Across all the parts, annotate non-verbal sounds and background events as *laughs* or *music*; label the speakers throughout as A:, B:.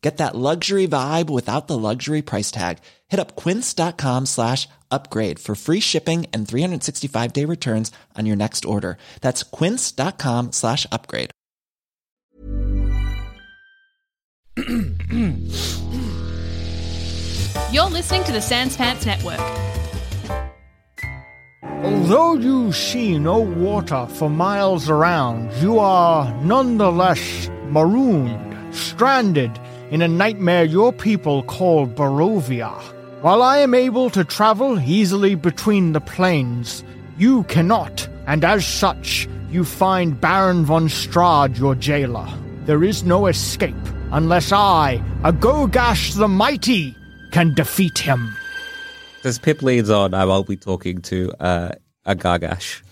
A: Get that luxury vibe without the luxury price tag. Hit up quince.com slash upgrade for free shipping and 365 day returns on your next order. That's quince.com slash upgrade.
B: You're listening to the Sans Pants Network.
C: Although you see no water for miles around, you are nonetheless marooned, stranded in a nightmare your people call Barovia. While I am able to travel easily between the planes, you cannot, and as such, you find Baron von Strad your jailer. There is no escape unless I, Agogash the Mighty, can defeat him.
D: As Pip leads on, I will be talking to uh, a Gargash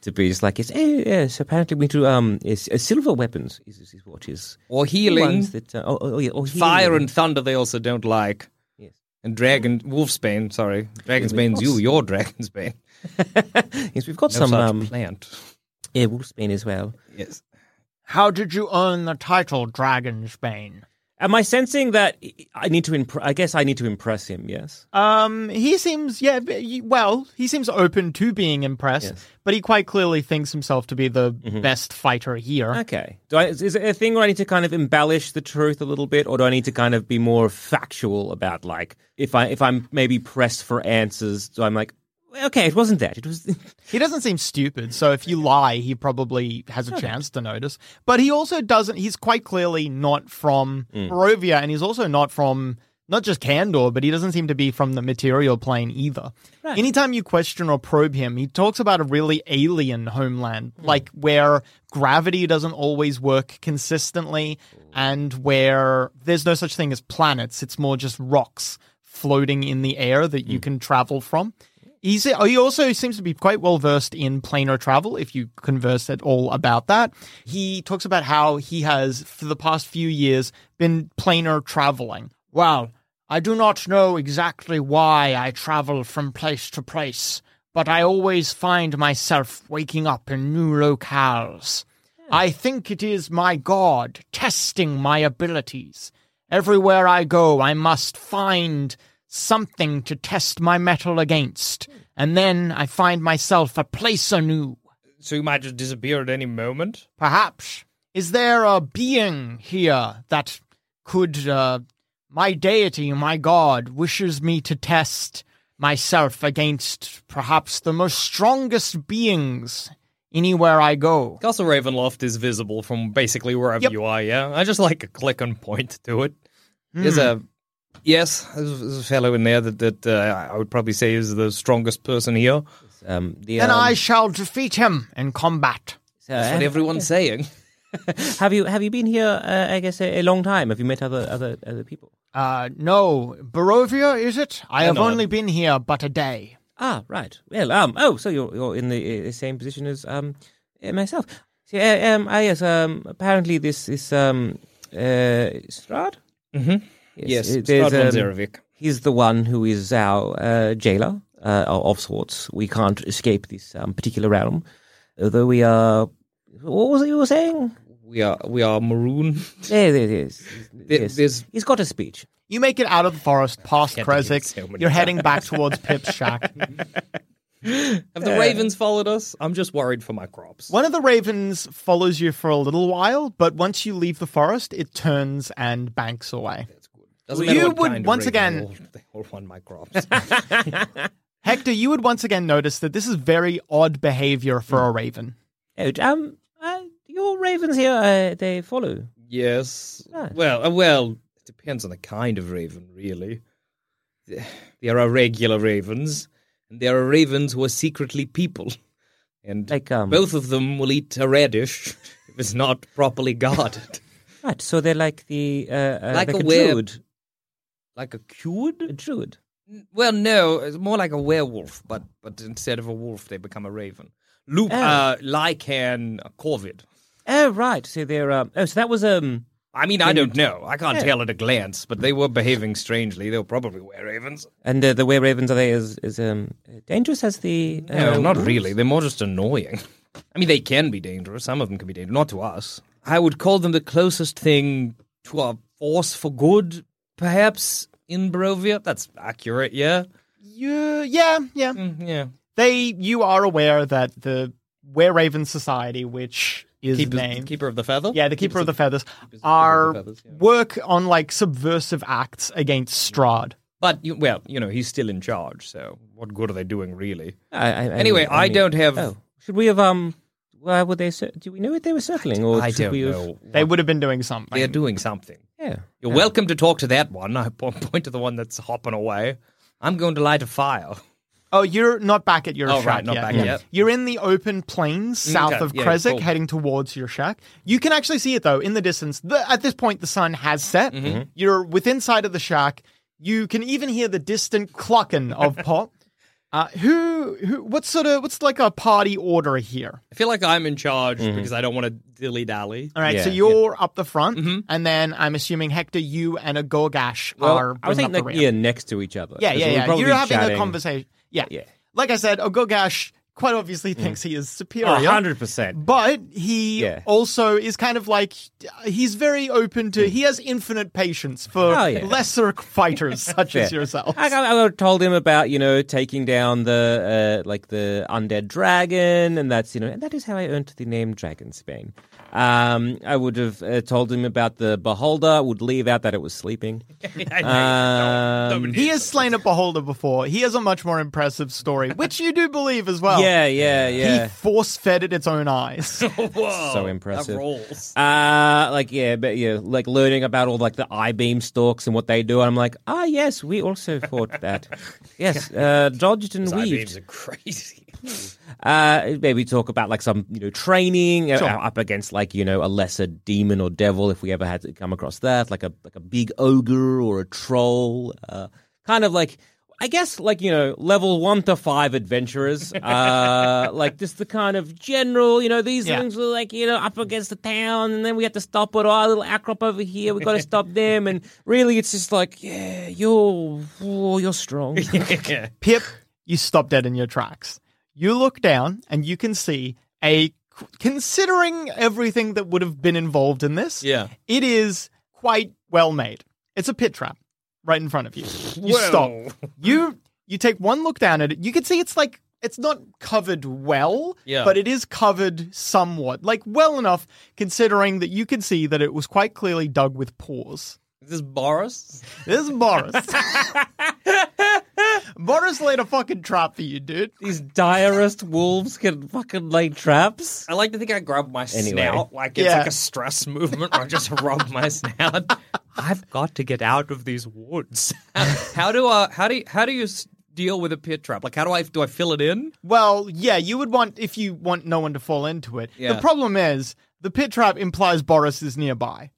D: to be just like, it's, eh, yes, apparently we do, um, it's, uh, silver weapons is, is is what is.
E: Or healing.
D: Ones that, uh, oh, oh, yeah, or
E: Fire
D: healing.
E: and thunder they also don't like.
D: Yes.
E: And dragon, wolfsbane, sorry. Dragonsbane's you, you're dragonsbane.
D: Yes, we've got *laughs*
E: No
D: some,
E: such
D: um,
E: plant. *laughs*
D: yeah, wolfsbane as well.
E: Yes.
C: How did you earn the title, Dragonsbane?
D: Am I sensing that I need to, imp- I guess I need to impress him, yes?
C: Um, he seems yeah, b- y- well, he seems open to being impressed,
D: Yes.
C: but he quite clearly thinks himself to be the best fighter here.
D: Okay. Do I, is it a thing where I need to kind of embellish the truth a little bit, or do I need to kind of be more factual about like if I if I'm maybe pressed for answers? So I'm like, okay, it wasn't that. It was.
C: He doesn't seem stupid, so if you lie, he probably has a chance to notice. But he also doesn't. He's quite clearly not from Barovia, and he's also not from not just Candor, but he doesn't seem to be from the material plane either. Anytime you question or probe him, he talks about a really alien homeland, like where gravity doesn't always work consistently, and where there's no such thing as planets. It's more just rocks floating in the air that you can travel from. He's, he also seems to be quite well versed in planar travel, if you converse at all about that. He talks about how he has, for the past few years, been planar traveling. Well, I do not know exactly why I travel from place to place, but I always find myself waking up in new locales. I think it is my God testing my abilities. Everywhere I go, I must find something to test my metal against, and then I find myself a place anew.
E: So you might just disappear at any moment.
C: Perhaps. Is there a being here that could, uh, my deity, my god, wishes me to test myself against perhaps the most strongest beings anywhere I go?
E: Castle Ravenloft is visible from basically wherever
C: Yep.
E: you are, yeah? I just like a click and point to it.
D: Hmm.
E: There's a. Yes, there's there's a fellow in there that, that uh, I would probably say is the strongest person here.
D: Um, the,
C: Then
D: um,
C: I shall defeat him in combat.
D: so
E: That's what
D: have,
E: everyone's saying.
D: have you have you been here? Uh, I guess a, a long time. Have you met other other other people?
C: Uh, no, Barovia, is it? I have
E: no,
C: only been here but a day.
D: Ah, right. Well, um, oh, so you're you're in the uh, same position as um uh, myself. See, uh, um, I yes, um, apparently this is um uh Strad. Mm-hmm.
E: Yes,
D: uh,
E: Strad
D: there's,
E: von
D: um,
E: Zerovic.
D: He's the one who is our uh, jailer uh, of of sorts. We can't escape this um, particular realm, although we are. What was it you were saying?
E: We are we are maroon. *laughs*
D: There, there it is.
E: There-
D: Yes.
E: there's-
D: He's got a speech.
C: You make it out of the
E: *laughs*
C: forest past
E: Can't believe
C: Kresik.
E: so many
C: You're heading back towards
E: *laughs*
C: Pip's shack.
E: Have
D: Eh.
E: the ravens followed us? I'm just worried for my crops.
C: One of the ravens follows you for a little while, but once you leave the forest, it turns and banks away.
E: Doesn't
C: You
E: matter what
C: would,
E: kind of
C: once
E: raven,
C: again-
E: they all- they all want my crops.
C: Hector, you would once again notice that this is very odd behavior for
E: Hmm.
C: a raven.
D: Oh, um, uh, your ravens here, uh, they follow.
E: *laughs* yes.
D: Nice.
E: Well, uh, well, it depends on the kind of raven, really. *sighs* There are regular ravens, and there are ravens who are secretly people, *laughs* and
D: Like, um,
E: both of them will eat a radish *laughs* if it's not properly guarded,
D: Right, so they're like the uh, uh,
E: Like
D: like, a,
E: a were-
D: druid.
E: like a cured.
D: A druid.
E: Well, no, it's more like a werewolf, but but instead of a wolf, they become a raven. Loop,
D: Oh.
E: uh, Lycan, Corvid.
D: Oh right, so they're um, oh so that was um
E: I mean, I don't know. I can't tell at a glance, but they were behaving strangely. They were probably were ravens.
D: and uh, the way ravens are they is is um dangerous as the uh,
E: No, not really. They're more just annoying. *laughs* I mean, they can be dangerous. Some of them can be dangerous. Not to us. I would call them the closest thing to a force for good, perhaps, in Barovia. That's accurate, yeah?
C: You, yeah, yeah.
E: Mm, yeah.
C: They, you are aware that the Were Raven Society, which is
E: Keeper,
C: named,
E: keeper of the Feather?
C: yeah, the Keeper of the Feathers,
E: the
C: are
E: Feathers, yeah.
C: work on like subversive acts against Strahd.
E: But, you, well, you know, he's still in charge, so what good are they doing, really?
D: I, I, I
E: Anyway,
D: mean-
E: I
D: mean-
E: don't have-
D: Oh, should we have um? Why would they? Cir- do we know what they were circling? Or
E: I
D: should
E: don't
D: we have-
E: know.
C: They would have been doing something.
E: They're doing something.
D: Yeah.
E: You're welcome to talk to that one. I po- *laughs* point to the one that's hopping away. I'm going to light a fire.
C: Oh, you're not back at your
E: Oh,
C: shack
E: right, not
C: yet.
E: back
C: Yeah.
E: yet.
C: You're in the open plains south
E: okay,
C: of
E: yeah,
C: Kresik,
E: cool.
C: heading towards your shack. You can actually see it though in the distance. The, at this point, the sun has set.
E: Mm-hmm.
C: You're within sight of the shack. You can even hear the distant clucking
E: *laughs*
C: of pot. Uh, who, who? What sort of? What's like a party order here?
E: I feel like I'm in charge
D: Mm-hmm.
E: because I don't want to dilly dally. *laughs*
C: All right, so
D: Yeah. Mm-hmm.
C: you're up the front, and then I'm assuming Hector, you and a Gorgash are.
D: I
C: bringing
D: was thinking
C: up the
D: like
C: rear.
D: yeah, next to each other.
C: Yeah,
D: 'Cause
C: yeah,
D: we're
C: yeah.
D: probably
C: You're having
D: chatting-
C: a conversation. Yeah.
D: Yeah.
C: Like I said, Ogogash quite obviously thinks he is superior.
D: Oh, 100%.
C: But he
D: Yeah.
C: also is kind of like, he's very open to, he has infinite patience for
D: Mm. Oh, yeah.
C: lesser
D: *laughs*
C: fighters such as yourself.
D: I, I, I told him about you know taking down the uh, like the undead dragon, and that's you know, and that is how I earned the name Dragon Spain. Um, I would have uh, told him about the beholder. Would leave out that it was sleeping. Um,
C: He has slain a beholder before. He has a much more impressive story, which you do believe as well.
D: *laughs* yeah, yeah,
C: Oh. He
D: yeah.
C: force fed it its own
D: *laughs*
C: eyes.
D: So impressive.
E: That rolls.
D: Uh, like yeah, but yeah, like learning about all like the I beam stalks and what they do. And I'm like, ah, yes, we also fought that. Yes, uh, dodged and weaved.
E: Beams are crazy.
D: *laughs* Uh, maybe talk about like some you know training uh, up against like you know a lesser demon or devil if we ever had to come across that, like a like a big ogre or a troll. Uh, kind of like. I guess, like you know, level one to five *laughs* adventurers, uh, like just the kind of general, you know, these
C: Yeah.
D: things were like you know up against the town, and then we had to stop it. Our little acrop over here, we got to stop them, and really, it's just like, yeah, you're oh, you're strong.
C: Pip, you stop dead in your tracks. You look down and you can see a considering everything that would have been involved in this.
E: *laughs* Yeah.
C: It is quite well made. It's a pit trap right in front of you. You stop. You you take one look down at it. You can see it's like it's not covered well,
E: Yeah.
C: but it is covered somewhat. Like well enough considering that you can see that it was quite clearly dug with paws.
E: Is this Boris?
C: This is
E: *laughs*
C: Boris. Boris laid a fucking trap for you, dude.
D: *laughs* These diarist wolves can fucking lay traps.
E: I like to think I grab my snout like it's
C: Yeah.
E: like a stress movement where I just *laughs* rub my snout. I've got to get out of these woods. *laughs* how do I? How do? You, how do you s- deal with a pit trap? Like, how do I? Do I fill it in?
C: Well, yeah, you would want if you want no one to fall into it.
E: Yeah.
C: The problem is the pit trap implies Boris is nearby.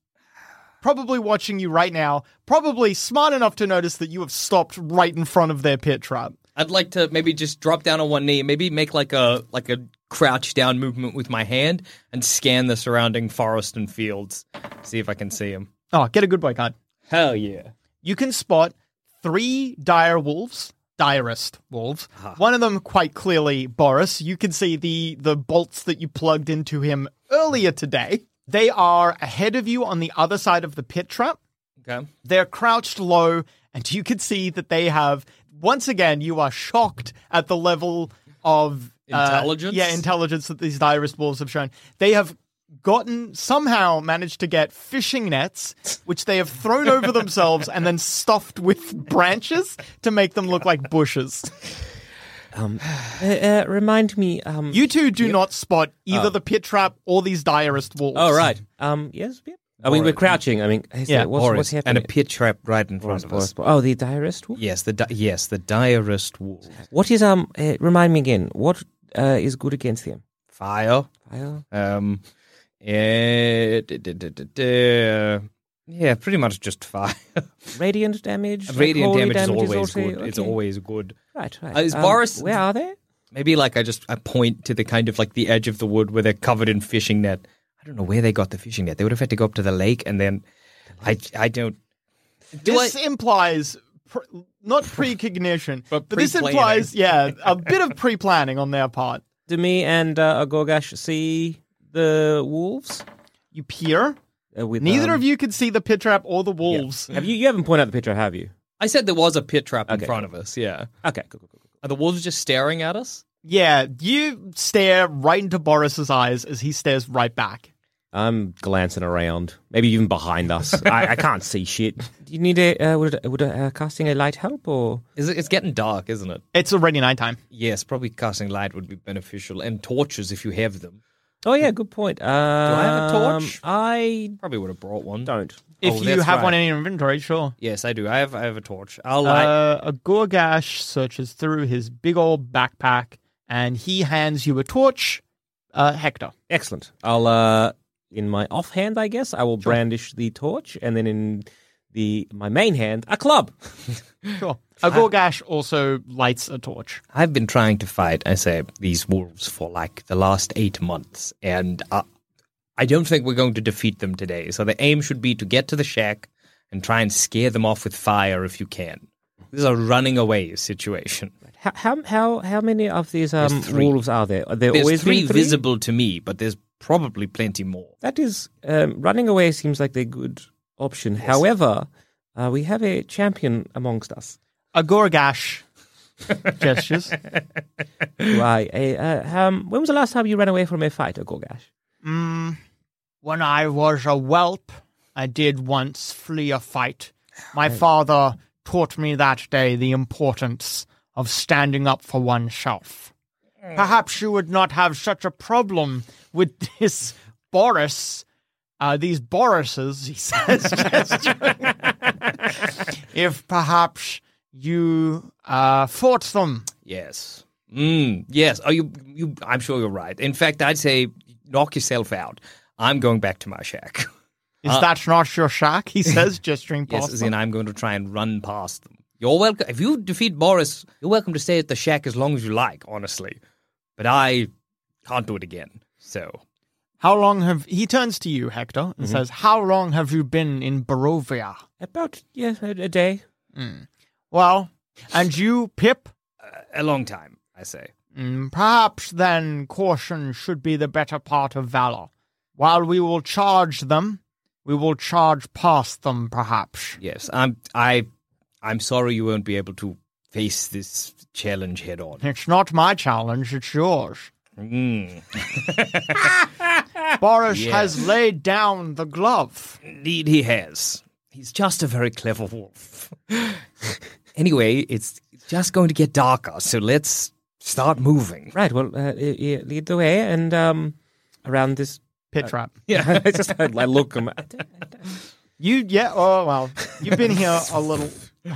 C: Probably watching you right now, probably smart enough to notice that you have stopped right in front of their pit trap.
E: I'd like to maybe just drop down on one knee, maybe make like a like a crouch down movement with my hand and scan the surrounding forest and fields, see if I can see him.
C: Oh, get a good boy card.
E: Hell yeah!
C: You can spot three dire wolves, direst wolves. One of them quite clearly Boris. You can see the the bolts that you plugged into him earlier today. They are ahead of you on the other side of the pit trap.
E: Okay.
C: They're crouched low, and you can see that they have. Once again, you are shocked at the level of uh,
E: Intelligence?
C: yeah, intelligence that these direst wolves have shown. They have gotten somehow managed to get fishing nets, which they have thrown over themselves and then stuffed with branches to make them look like bushes.
D: Uh, uh, remind me. Um,
C: You two do not spot either the pit trap or these direst wolves.
D: Oh right. Um. Yes. Yep. I mean, we're crouching. I mean, is
C: Yeah,
D: that- what's, what's happening?
E: pit trap right in front
D: Oh, the diarist. Wolf?
E: Yes, the di- yes, the direst wolf.
D: What is um? Uh, remind me again. What uh, is good against him?
E: Fire.
D: Fire.
E: Um. Yeah. da- da- da- da- da. Yeah. Pretty much just fire.
D: Radiant damage. like
E: *laughs* Radiant
D: holy
E: damage is
D: damage
E: always good. It's
D: okay.
E: always good.
D: right. Right.
E: Uh, is
D: um,
E: Boris-
D: Where are they?
E: Maybe like I just I point to the kind of like the edge of the wood where they're covered in fishing net. I don't know where they got the fishing net. They would have had to go up to the lake and then I I don't Do
C: this
E: I-
C: implies pr- *laughs* not precognition, but,
E: But
C: this
E: pre-planning.
C: implies, yeah, *laughs* a bit of pre planning on their part.
D: Do me and uh, Agorgash see the wolves?
C: You peer.
D: Uh, with,
C: Neither
D: um,
C: of you could see the pit trap or the wolves.
D: Have you? You haven't pointed out the picture, have you?
E: I said there was a pit trap
D: Okay.
E: in front of us, yeah.
D: Okay, cool, cool, cool. cool.
E: Are the wolves just staring at us?
C: Yeah, you stare right into Boris's eyes as he stares right back.
D: I'm glancing around, maybe even behind *laughs* us. I, I can't see shit. Do you need a uh, would would uh, casting a light help or?
E: Is it, it's getting dark, isn't it?
C: It's already nighttime.
E: Yes, probably casting light would be beneficial and torches if you have them.
D: Oh yeah, good point. Um, Do I
E: have a torch?
D: I
E: Probably would have brought one.
D: don't.
C: If
E: Oh,
C: you
E: that's
C: have one
E: right.
C: in your inventory, sure.
E: Yes, I do. I have I have a torch. I'll light
C: Uh, a Gorgash searches through his big old backpack and he hands you a torch, uh, Hector.
D: Excellent. I'll uh in my offhand, I guess, I will brandish the torch, and then in the my main hand, a club.
C: Sure.
E: Uh,
C: A Gorgash also lights a torch.
E: I've been trying to fight, I say, these wolves for like the last eight months, and uh, I don't think we're going to defeat them today. So the aim should be to get to the shack and try and scare them off with fire if you can. This is a running away situation.
D: How how how, how many of these um,
E: three.
D: wolves are there? Are there
E: There's
D: always
E: three,
D: been
E: visible to me, but there's probably plenty more.
D: That is um, running away seems like a good option. However, uh, we have a champion amongst us.
C: A Gorgash gestures. *laughs*
D: Why? a- uh, um, when was the last time you ran away from a fight, Gorgash?
C: When I was a whelp, I did once flee a fight. My father taught me that day the importance of standing up for oneself. Perhaps you would not have such a problem with this Boris. Uh, these Borises, he says, *laughs* gesturing. if perhaps you uh, fought them.
E: Yes. Mm, yes. Oh, you, you, I'm sure you're right. In fact, I'd say knock yourself out. I'm going back to my shack. *laughs*
C: Is that not your shack? He says, gesturing past
E: Yes, as
C: them.
E: in I'm going to try and run past them. You're welcome. If you defeat Boris, you're welcome to stay at the shack as long as you like, honestly. But I can't do it again. So
C: How long have he turns to you, Hector, and
E: Mm-hmm.
C: says, "How long have you been in Barovia?"
D: About yeah, a, a day.
C: Well, and you, Pip,
E: a long time, I say.
C: Mm, perhaps then caution should be the better part of valor. While we will charge them, we will charge past them, perhaps.
E: Yes, I'm. I, I'm sorry you won't be able to face this challenge head on.
C: It's not my challenge; it's yours.
E: Mm,
C: *laughs*
E: *laughs*
C: Boris
E: Yeah.
C: has laid down the glove.
E: indeed, he has. He's just a very clever wolf. *laughs* anyway, it's just going to get darker, so let's start moving. *laughs*
D: Right. Well, uh, y- y- lead the way, and um, around this.
C: Pit trap.
E: Uh,
D: Yeah, it's just *laughs* I, I look. I'm,
C: You, yeah. Oh well, you've been here a little.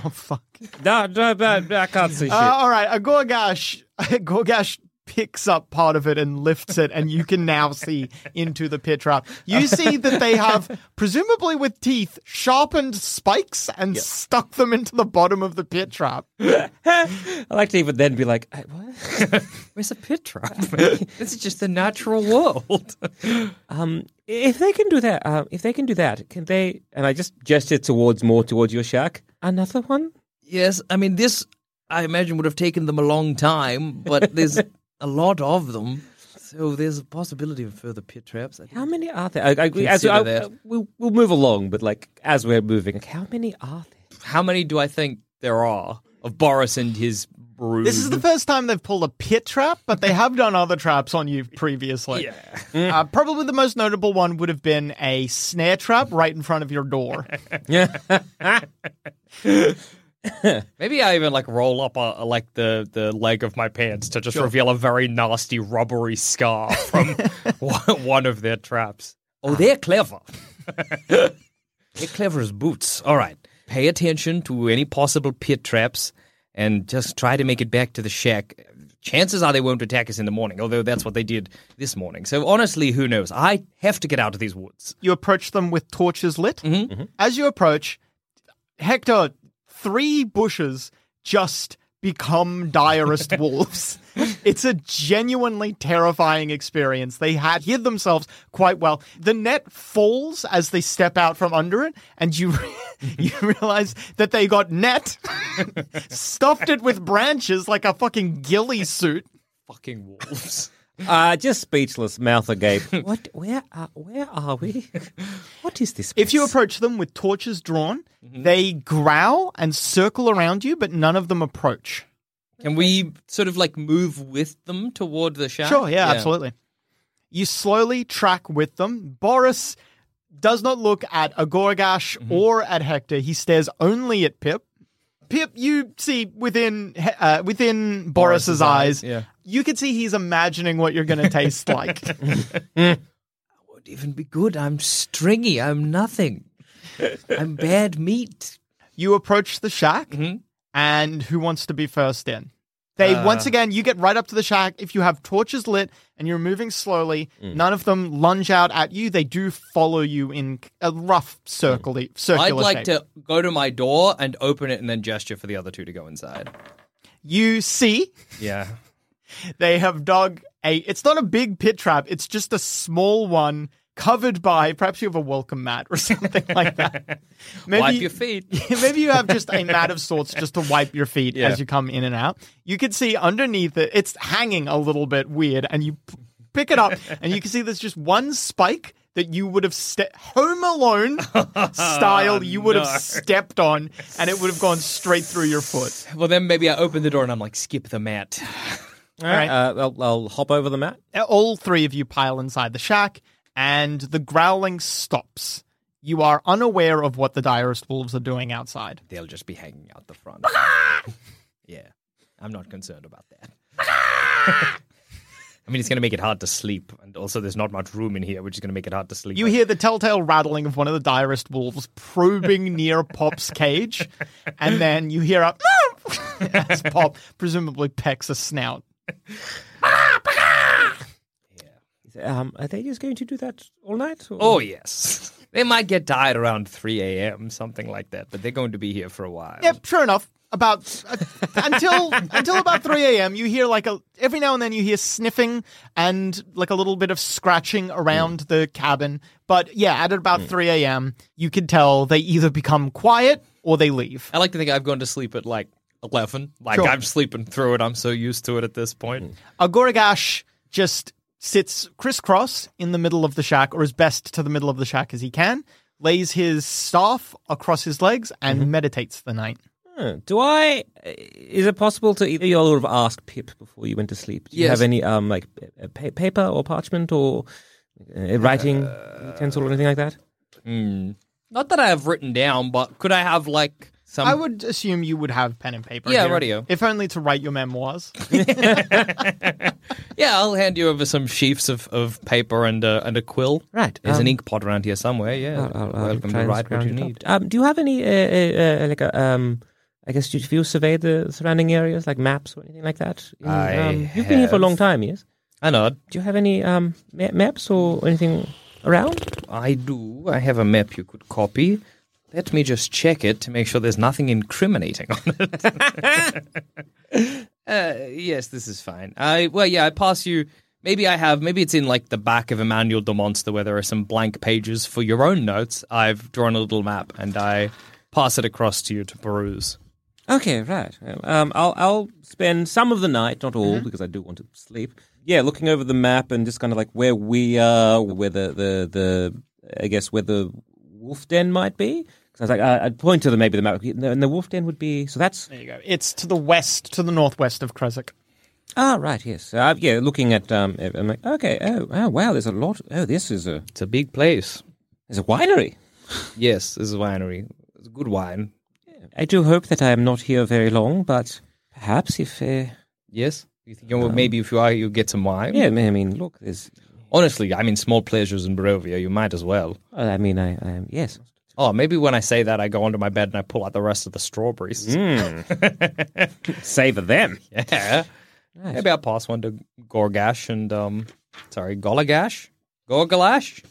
C: Oh fuck.
D: no, no, no, no, I can't see shit.
C: Uh, all right, a Gorgash, a Gorgash picks up part of it and lifts it, and you can now see into the pit trap. You see that they have, presumably with teeth, sharpened spikes and stuck them into the bottom of the pit trap.
D: I like to even then be like, I, *laughs* what?
E: Where's a
D: *laughs*
E: pit trap? this is just the natural world.
D: um, if they can do that, um, if they can do that, can they? And I just gesture towards more towards your shark. Another one.
E: yes, I mean this. I imagine would have taken them a long time, *laughs* but there's a lot of them, so there's a possibility of further pit traps. I
D: How
E: think.
D: many are there? I, I, as,
E: Consider
D: I,
E: that.
D: we'll, we'll move along, but like as we're moving, like, how many are there?
E: How many do I think there are of Boris and his brood?
C: This is the first time they've pulled a pit trap, but they have done other traps on you previously. Uh, probably the most notable one would have been a snare trap right in front of your door.
E: Maybe I even like roll up a, a- like the the leg of my pants to just reveal a very nasty rubbery scar *laughs* from one, one of their traps. Oh, they're clever. they're clever as boots. All right, pay attention to any possible pit traps and just try to make it back to the shack. Chances are they won't attack us in the morning, although that's what they did this morning. So honestly, who knows? I have to get out of these woods.
C: you approach them with torches lit. As you approach, Hector, three bushes just become diarist wolves. It's a genuinely terrifying experience. They had hid themselves quite well. The net falls as they step out from under it, and you re- you realize that they got net stuffed it with branches like a fucking ghillie suit.
E: Fucking wolves.
D: Uh, just speechless, mouth agape. *laughs* what? Where are? Where are *laughs* we? What is this?
C: If you
D: place?
C: approach them with torches drawn, they growl and circle around you, but none of them approach.
E: *laughs* Can we sort of like move with them toward the shaft?
C: Sure, Ah. yeah, absolutely. You slowly track with them. Boris does not look at Agorgash or at Hector. He stares only at Pip. Pip, you see within He- uh, within Boris's, eyes,
E: yeah.
C: you can see he's imagining what you're going to taste like. *laughs*
E: Would even be good. I'm stringy. I'm nothing. I'm bad meat.
C: You approach the shack,
E: Mm-hmm.
C: and who wants to be first in? They
E: Uh.
C: once again, you get right up to the shack. If you have torches lit and you're moving slowly,
E: Mm.
C: none of them lunge out at you. They do follow you in a rough circle,
E: I'd
C: circular
E: like
C: shape.
E: to go to my door and open it and then gesture for the other two to go inside.
C: You see,
E: Yeah.
C: they have dug a. It's not a big pit trap. It's just a small one covered by. Perhaps you have a welcome mat or *laughs* something like that. Maybe
E: *laughs* Wipe your feet.
C: *laughs* Maybe you have just a mat of sorts just to wipe your feet
E: Yeah.
C: as you come in and out. You can see underneath it, it's hanging a little bit weird, and you p- pick it up, and you can see there's just one spike that you would have ste- Home
D: *laughs*
C: Alone style, you would have stepped on, and it would have gone straight through your foot.
E: Well, then maybe I open the door and I'm like, skip the mat.
D: all right, uh, I'll, I'll hop over the mat.
C: all three of you pile inside the shack, and the growling stops. You are unaware of what the direst wolves are doing outside.
E: They'll just be hanging out the *laughs* front. yeah. I'm not concerned about that. *laughs* I mean, it's going to make it hard to sleep. And also, there's not much room in here, which is going to make it hard to sleep.
C: You hear the telltale rattling of one of the direst wolves probing near Pop's cage, and then you hear a *laughs* as Pop presumably pecks a snout.
D: Um, are they just going to do that all night? or-
E: Oh, yes. *laughs* They might get tired around 3 a.m., something like that, but they're going to be here for a while.
C: Yep, sure enough. About uh, until until about three a.m. You hear like a every now and then you hear sniffing and like a little bit of scratching around the cabin. But yeah, at about three a.m., you can tell they either become quiet or they leave.
E: I like to think I've gone to sleep at like 11. Like,
C: Sure.
E: I'm sleeping through it. I'm so used to it at this
D: Mm.
E: point.
C: Agoragash just sits crisscross in the middle of the shack, or as best to the middle of the shack as he can, lays his staff across his legs, and meditates the night.
D: Huh. Do I? Is it possible to either you all would have asked Pip before you went to sleep? Do you
E: Yes.
D: have any um like uh, pa- paper or parchment or uh, writing utensil or anything like that?
E: Not that I have written down, but could I have like some.
C: I would assume you would have pen and paper.
E: Yeah,
C: here,
E: rightio.
C: If only to write your memoirs.
E: Yeah, I'll hand you over some sheafs of, of paper and a, and a quill.
D: Right,
E: There's an
D: um,
E: ink pot around here somewhere. Yeah.
D: I'll- I'll- I'll
E: Welcome
D: try
E: to
D: and
E: write what
D: scrounge
E: you
D: it up.
E: need.
D: Um, do you have any uh, uh, uh, like a um? I guess if you survey the surrounding areas, like maps or anything like that. Any,
E: I
D: um, you've been here for a long
E: have.
D: time, yes.
E: I nod.
D: Do you have any um ma- maps or anything around?
E: I do. I have a map you could copy. Let me just check it to make sure there's nothing incriminating on it. *laughs* uh, yes, this is fine. I well, yeah, I pass you. Maybe I have. Maybe it's in like the back of Emmanuel de Monster where there are some blank pages for your own notes. I've drawn a little map and I pass it across to you to peruse.
D: Okay, right. Um, I'll I'll spend some of the night, not all, because I do want to sleep. Yeah, looking over the map and just kind of like where we are, where the the, the I guess where the wolf den might be. Because I was like, I, I'd point to the maybe the map, and the wolf den would be. So that's
C: there you go. It's to the west, to the northwest of Kresik.
D: ah right, yes, uh, yeah. Looking at um, I'm like, okay, oh, oh wow, there's a lot. Oh, this is a
E: It's a big place.
D: there's a winery.
E: Yes, this is a winery. It's good wine.
D: I do hope that I am not here very long, but perhaps if uh,
E: Yes. You think, well, maybe if you are, you get some wine.
D: yeah, I mean, look, there's.
E: Honestly, I mean, small pleasures in Barovia, you might as well.
D: I mean, I, I yes.
E: Oh, maybe when I say that, I go onto my bed and I pull out the rest of the strawberries.
D: Savor them.
E: Yeah. Maybe I'll pass one to Gorgash and, um, sorry, Golagash? Gorgalash?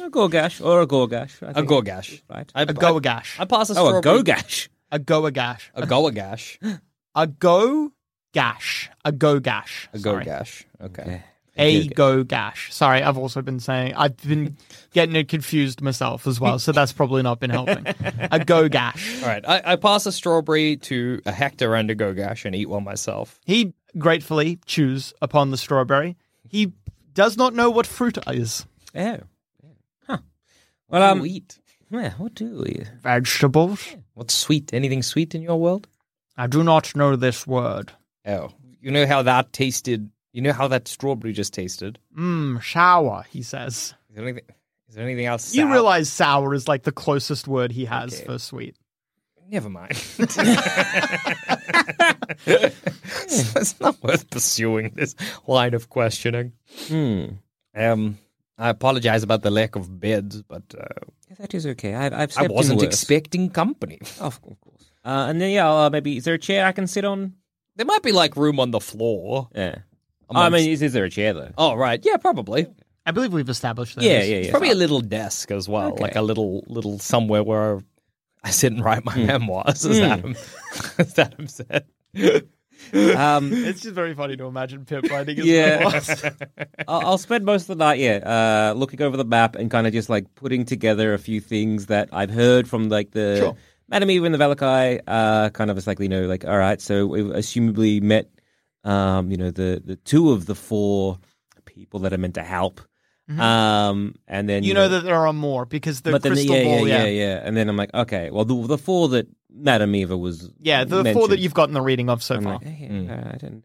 D: A gorgash or a gorgash. I
E: A
D: think.
E: Gorgash.
D: Right.
E: I,
C: A goagash.
E: I, I pass a
D: oh, a
E: strawberry.
D: gogash.
C: A goagash.
E: A Goagash.
C: A go gash. A go gash.
E: A go
C: sorry.
E: gash. Okay.
C: A go gash. Sorry, I've also been saying I've been getting it confused myself as well, so that's probably not been
E: *laughs*
C: helping. A go gash.
E: All right. I, I pass a strawberry to a hector and a go gash and eat one myself.
C: He gratefully chews upon the strawberry. He does not know what fruit is.
D: Oh.
E: Well,
D: um,
E: eat.
D: Yeah, what do we?
C: Vegetables.
E: What's sweet? Anything sweet in your world?
C: I do not know this word.
E: Oh, you know how that tasted. You know how that strawberry just tasted.
C: Mmm, sour, he says.
E: Is there anything? Is there anything else?
C: You
E: sour?
C: realize sour is like the closest word he has for sweet.
E: Never *laughs* mind. it's not worth pursuing this line of questioning.
D: Hmm.
E: Um, I apologize about the lack of beds, but uh,
D: That is okay. I've, I've
E: I
D: slept in
E: wasn't
D: worse.
E: expecting company.
D: Of of course. Uh, and then yeah, uh, maybe is there a chair I can sit on?
E: There might be like room on the floor.
D: Yeah. Oh, I
E: Amongst-
D: mean, is, is there a chair though?
E: Oh right, yeah, probably.
C: I believe we've established that.
D: yeah, yeah, yeah.
E: Probably a little desk as well, like a little little somewhere where I sit and write my memoirs, *laughs* as Adam as Adam said.
D: Um,
C: It's just very funny to imagine Pip writing his
D: *laughs* yeah. I'll, I'll spend most of the night, yeah, uh, looking over the map and kind of just like putting together a few things that I've heard from like the
C: Sure.
D: Madam Eve and the Valakai. Uh, kind of it's like you know, like all right, so we assumably met, um, you know, the the two of the four people that are meant to help. Um, and then
C: Mm-hmm. You know that there are more because the
D: but then
C: crystal
D: yeah,
C: ball,
D: yeah, yeah, yeah, and then I'm like, okay, well, the, the four that Madam Eva was,
C: Yeah, the four that
D: mentioned.
C: you've gotten the reading of so
D: I'm
C: far.
D: *laughs* like, "Hey, all right," and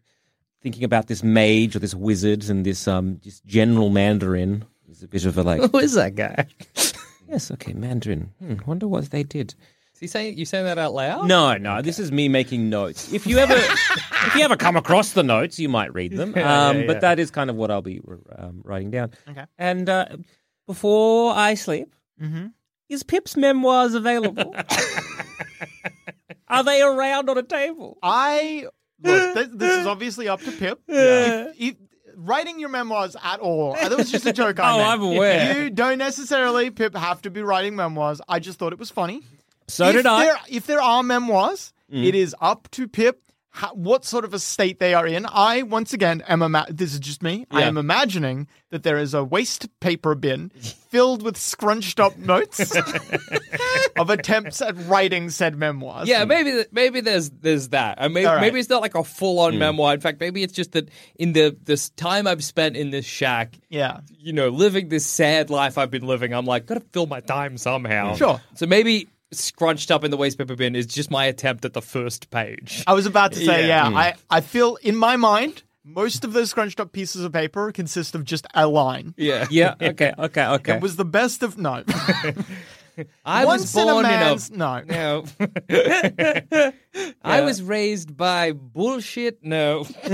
D: thinking about this mage or this wizard and this um just general Mandarin is a bit of a *laughs* like,
E: *laughs* Who is that guy?
D: yes, okay, Mandarin. Hmm, wonder what they did.
E: Is he saying you saying that out loud?
D: No, no, this is me making notes. If *laughs* you ever, if you ever come across the notes, you might read *laughs* them. Um, But that is kind of what I'll be um, writing down.
C: Okay.
D: And uh, before I sleep,
C: Mhm.
D: is Pip's memoirs available? Are they around on a table?
C: I look. This, this is obviously up to Pip. If- if- writing your memoirs at all? uh, That was just a joke. I
D: Oh,
C: meant.
D: I'm aware.
C: You don't necessarily, Pip, have to be writing memoirs. I just thought it was funny.
D: So
C: if
D: did I. Mm.
C: There, if there are memoirs, it is up to Pip. ho- What sort of a state they are in? I once again am. Ima- this is just me. I
D: Yeah.
C: am imagining that there is a waste paper bin filled with scrunched up
D: *laughs*
C: notes *laughs* of attempts at writing said memoirs.
E: Yeah, maybe th- maybe there's there's that. I may,
C: All right. Hmm.
E: Maybe it's not like a full on memoir. In fact, maybe it's just that in the this time I've spent in this shack,
C: yeah.
E: you know, living this sad life I've been living, I'm like, gotta fill my time somehow.
C: Sure.
E: So maybe scrunched up in the waste paper bin is just my attempt at the first page.
C: I was about to say,
E: Yeah.
C: yeah, I, I feel in my mind, most of those scrunched up pieces of paper consist of just a line. *laughs*
E: Yeah.
D: Yeah. Okay. Okay. Okay.
C: It was the best of no.
E: I
C: Once
E: was
C: in a
E: born in a. *laughs*
C: man's no.
E: No. I was raised by bullshit. No. *laughs*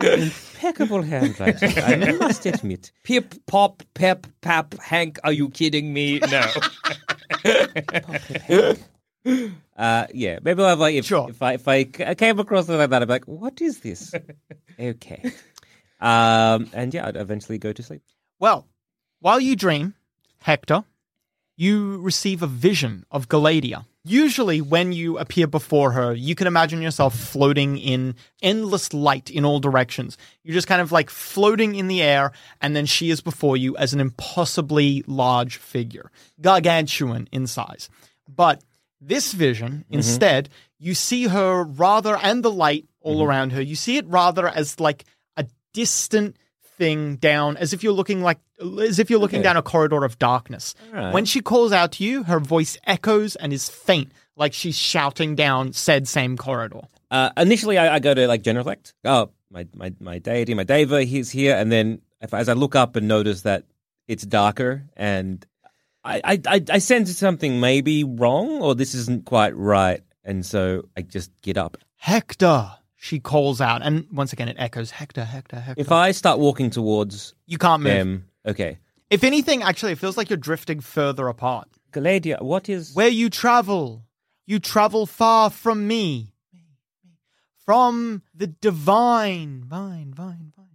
D: impeccable handwriting. *laughs* I must admit.
E: Pip, pop, pep, pap, Hank, are you kidding me? No.
D: *laughs* Uh, yeah, maybe I'll have like if
C: Sure.
D: if I if I c- I came across something like that, I'd be like, "What is
C: *laughs*
D: this?" okay, um, and yeah, I'd eventually go to sleep.
C: Well, while you dream, Hector, you receive a vision of Galadia. Usually, when you appear before her, you can imagine yourself floating in endless light in all directions. You're just kind of like floating in the air, and then she is before you as an impossibly large figure, gargantuan in size. But this vision, instead, you see her rather and the light all around her. You see it rather as like a distant thing down as if you're looking like as if you're looking down a corridor of darkness. When she calls out to you, her voice echoes and is faint, like she's shouting down said same corridor.
D: Uh, initially, I, I go to like genuflect. Oh, my my my deity, my deva, he's here. And then if, as I look up and notice that it's darker, and I I I, I sense something maybe wrong, or this isn't quite right, and so I just get up.
C: Hector, she calls out, and once again it echoes Hector, Hector, Hector.
D: If I start walking towards
C: you can't move.
D: them, okay,
C: If anything, actually, it feels like you're drifting further apart.
D: Galadia, what is?
C: Where you travel, you travel far from me, from the divine, vine, vine, vine.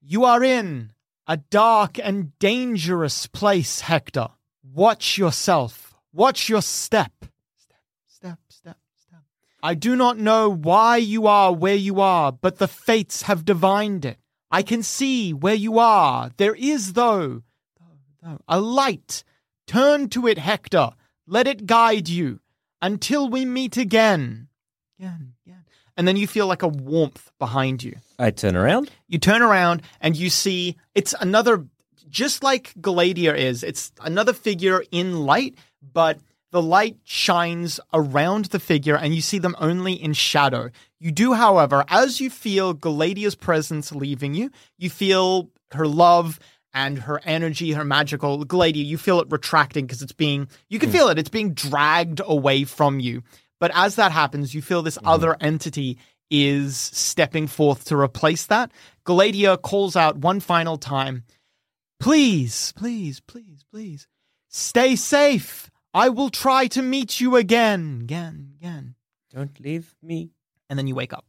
C: You are in a dark and dangerous place, Hector. Watch yourself, watch your step. Step, step, step, step. I do not know why you are where you are, but the fates have divined it. I can see where you are. There is, though, though, a light. Turn to it, Hector. Let it guide you until we meet again. Again, again. And then you feel like a warmth behind you.
D: I turn around.
C: You turn around and you see it's another, just like Gladia is, it's another figure in light, but the light shines around the figure and you see them only in shadow. You do, however, as you feel Galadia's presence leaving you, you feel her love and her energy, her magical Galadia, you feel it retracting because it's being, you can feel it, it's being dragged away from you. But as that happens, you feel this other entity is stepping forth to replace that. Galadia calls out one final time, Please, please, please, please, stay safe. I will try to meet you again, again, again.
D: Don't leave me.
C: And then you wake up.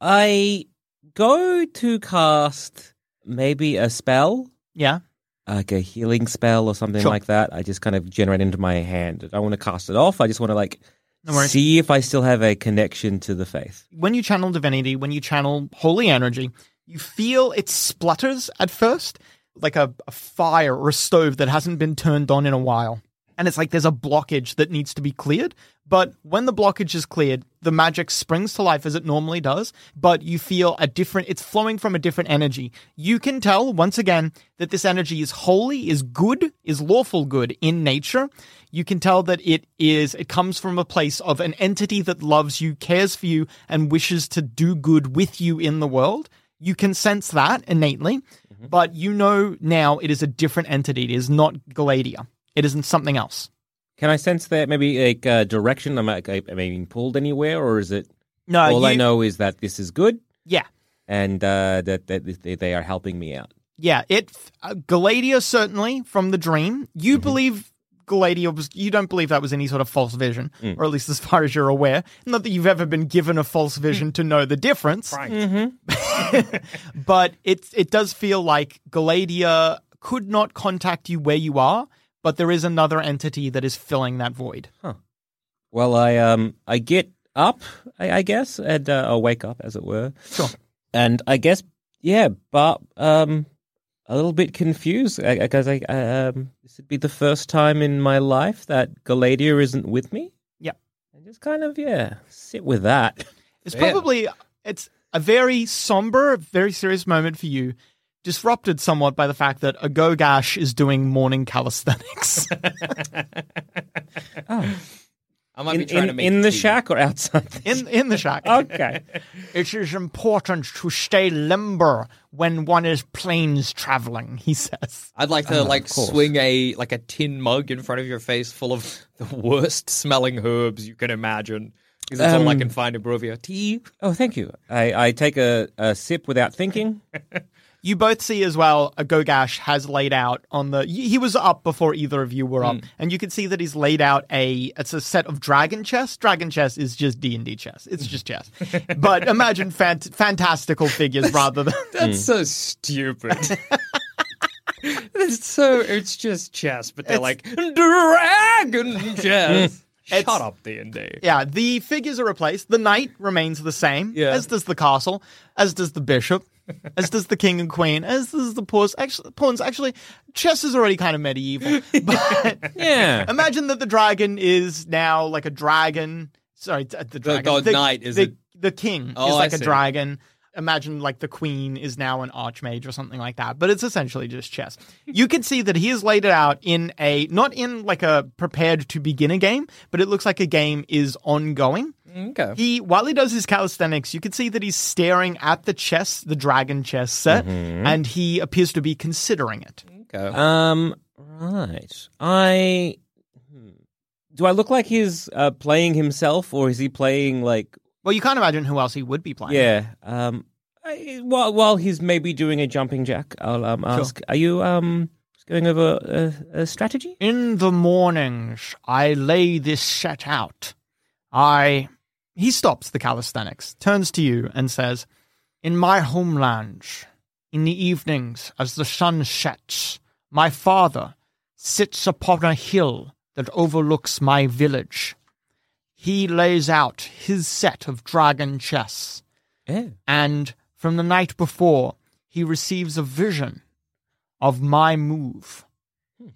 D: I go to cast maybe a spell,
C: Yeah.
D: like a healing spell or something
C: Sure.
D: like that. I just kind of generate into my hand. I don't want to cast it off. I just want to like
C: No worries.
D: see if I still have a connection to the faith.
C: when you channel divinity, when you channel holy energy, you feel it splutters at first, like a, a fire or a stove that hasn't been turned on in a while. And it's like there's a blockage that needs to be cleared. But when the blockage is cleared, the magic springs to life as it normally does, but you feel a different, it's flowing from a different energy. You can tell, once again, that this energy is holy, is good, is lawful good in nature. You can tell that it is, it comes from a place of an entity that loves you, cares for you, and wishes to do good with you in the world. You can sense that innately,
D: Mm-hmm.
C: but you know now it is a different entity. It is not Galadia. It isn't something else.
D: Can I sense that maybe like uh, direction? Am I, am I being pulled anywhere, or is it?
C: No,
D: all I
C: you-
D: know is that this is good,
C: Yeah.
D: and uh, that that they, they are helping me out.
C: Yeah, it uh, Galadia certainly from the dream. You
D: Mm-hmm.
C: believe Galadia was you don't believe that was any sort of false vision,
D: Mm.
C: or at least as far as you're aware. Not that you've ever been given a false
D: Mm.
C: vision to know the difference. *laughs* but it it does feel like Galadia could not contact you where you are, but there is another entity that is filling that void.
D: Well, I um I get up, I, I guess, and uh, I'll wake up, as it were.
C: Sure.
D: And I guess, yeah, but um, a little bit confused because I, I, um this would be the first time in my life that Galadia isn't with me.
C: Yeah.
D: And just kind of yeah, sit with that.
C: It's probably it's a very somber, very serious moment for you, disrupted somewhat by the fact that a Gogash is doing morning calisthenics.
E: I might
D: In,
E: be trying to
D: in-
E: make
D: in the
E: tea.
D: shack or outside. *laughs* the-
C: in in the shack.
D: okay.
C: It is important to stay limber when one is planes traveling, he says.
E: I'd like to like
D: course.
E: swing a like a tin mug in front of your face full of *laughs* the worst smelling herbs you can imagine. Because that's all I
D: Um,
E: can find in Brovia. Tea.
D: Oh, thank you. I, I take a, a sip without thinking.
C: You both see as well a Gogash has laid out on the he he was up before either of you were up and you can see that he's laid out a it's a set of dragon chess. Dragon chess is just D&D chess. It's just chess. but imagine fant- fantastical figures rather than
E: That's so stupid. *laughs* it's so it's just chess, but they're like *laughs* dragon chess. Shut
C: It's-
E: up, D and D.
C: Yeah, the figures are replaced. The knight remains the same,
E: Yeah.
C: as does the castle, as does the bishop, as does the king and queen, as does the pawns. Actually, pawns. Actually, chess is already kind of medieval, but
D: Yeah.
C: imagine that the dragon is now like a dragon. Sorry, t- the dragon.
E: god knight is
C: the,
E: a-
C: the king
E: Oh,
C: is like
E: I
C: a
E: see.
C: dragon. Imagine like the queen is now an archmage or something like that, but it's essentially just chess. You can see that he has laid it out in a not in like a prepared to begin a game, but it looks like a game is ongoing.
E: Okay.
C: He while he does his calisthenics, you can see that he's staring at the chess, the dragon chess set, and he appears to be considering it.
E: okay.
D: Um. Right. I hmm. do. I look like he's uh, playing himself, or is he playing like?
C: Well, you can't imagine who else he would be playing.
D: Yeah. Um. I, while while he's maybe doing a jumping jack, I'll um ask. Are you um going over a, a strategy?
C: In the mornings, I lay this set out. I. He stops the calisthenics, turns to you, and says, In my homeland, in the evenings, as the sun sets, my father sits upon a hill that overlooks my village. he lays out his set of dragon chess.
D: Yeah.
C: And from the night before, he receives a vision of my move.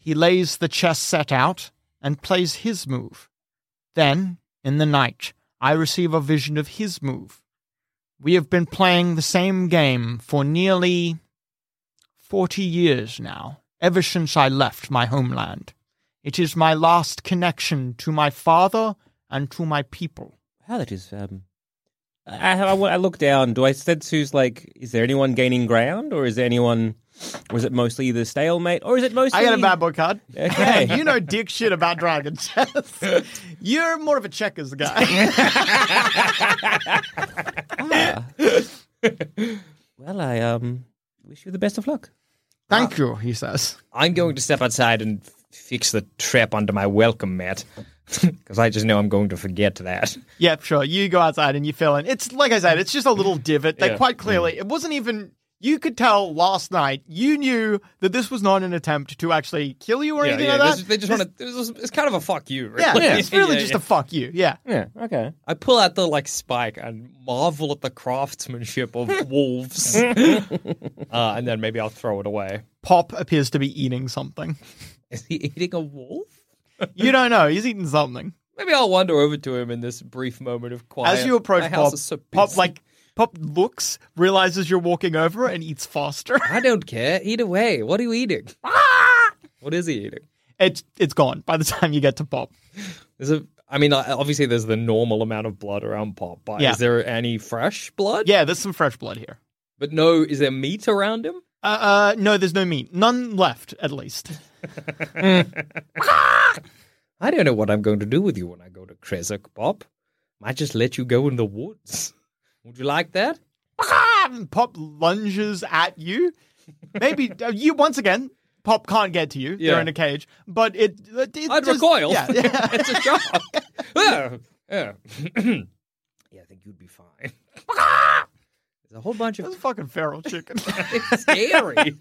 C: He lays the chess set out and plays his move. Then, in the night, I receive a vision of his move. We have been playing the same game for nearly 40 years now, ever since I left my homeland. It is my last connection to my father and to my people.
D: How that is. Um, I, I, I look down. Do I sense who's like? Is there anyone gaining ground, or is there anyone? Was it mostly the stalemate, or is it mostly?
C: I got a bad boy card.
D: Okay.
C: Man, *laughs* you know dick shit about dragon chess. *laughs* You're more of a checkers
E: *laughs*
C: guy.
D: Well, I um wish you the best of luck.
C: Thank you, he says.
E: I'm going to step outside and f- fix the trap under my welcome mat *laughs* because I just know I'm going to forget that.
C: Yep, sure. You go outside and you fill in. It's like I said, it's just a little divot. They
E: Yeah. Mm.
C: quite clearly, it wasn't even. You could tell last night. You knew that this was not an attempt to actually kill you or anything like that.
E: this- They just want to. It's kind of a fuck you. Really. *laughs*
C: yeah, it's really just a fuck you. Yeah.
D: Yeah. Okay.
E: I pull out the like spike and marvel at the craftsmanship
C: *laughs*
E: of wolves, uh, and then maybe I'll throw it away.
C: Pop appears to be eating something.
E: Is he eating a wolf?
C: You don't know. He's eating something.
E: Maybe I'll wander over to him in this brief moment of quiet.
C: As you approach
E: My house
C: Pop,
E: is so
C: Pop
E: busy.
C: like Pop looks, realizes you're walking over, and eats faster.
E: I don't care. Eat away. What are
C: *laughs*
E: you eating?
C: Ah!
E: what is he eating?
C: it's it's gone by the *laughs* time you get to Pop.
E: There's a. I mean, I- obviously, there's the normal amount of blood around Pop, but
C: Yeah.
E: is there any fresh blood?
C: Yeah, there's some fresh blood here.
E: But no, is there meat around him?
C: Uh, uh no, there's no meat. None left, at least. *laughs*
E: I don't know what I'm going to do with you when I go to Krezak, Pop. Might just let you go in the woods. Would you like that?
C: And Pop lunges at you. Maybe uh, you once again. Pop can't get to you.
E: Yeah.
C: They're in a cage, but it. it it's
E: I'd
C: just-
E: recoil.
C: Yeah,
E: *laughs*
C: yeah.
E: it's a
C: *laughs*
E: shock. yeah. Yeah. *clears throat* Yeah, I think you'd be fine.
C: *laughs*
E: There's a whole bunch
C: It's
E: of
C: a fucking feral chicken.
E: it's *laughs* scary.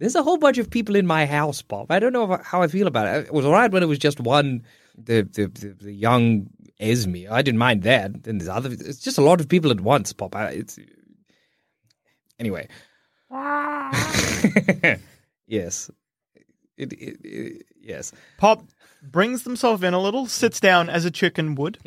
E: There's a whole bunch of people in my house, Bob. I don't know if- how I feel about it. It was all right when it was just one, the the, the, the young Esme. I didn't mind that. Then there's other. It's just a lot of people at once, Bob. I, it's anyway. *laughs* yes. It, it, it, yes.
C: Pop brings himself in a little, sits down as a chicken would,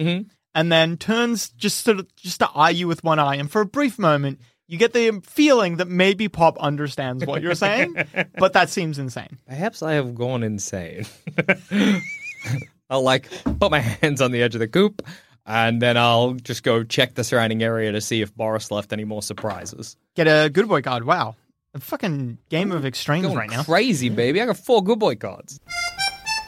C: and then turns just to, just to eye you with one eye. And for a brief moment, you get the feeling that maybe Pop understands what you're saying, but that seems insane.
E: Perhaps I have gone insane. *laughs* I'll like put my hands on the edge of the coop and then I'll just go check the surrounding area to see if Boris left any more surprises.
C: Get a good boy card. Wow. A fucking game of extremes
E: Going
C: right now.
E: crazy, baby. I got four good boy cards.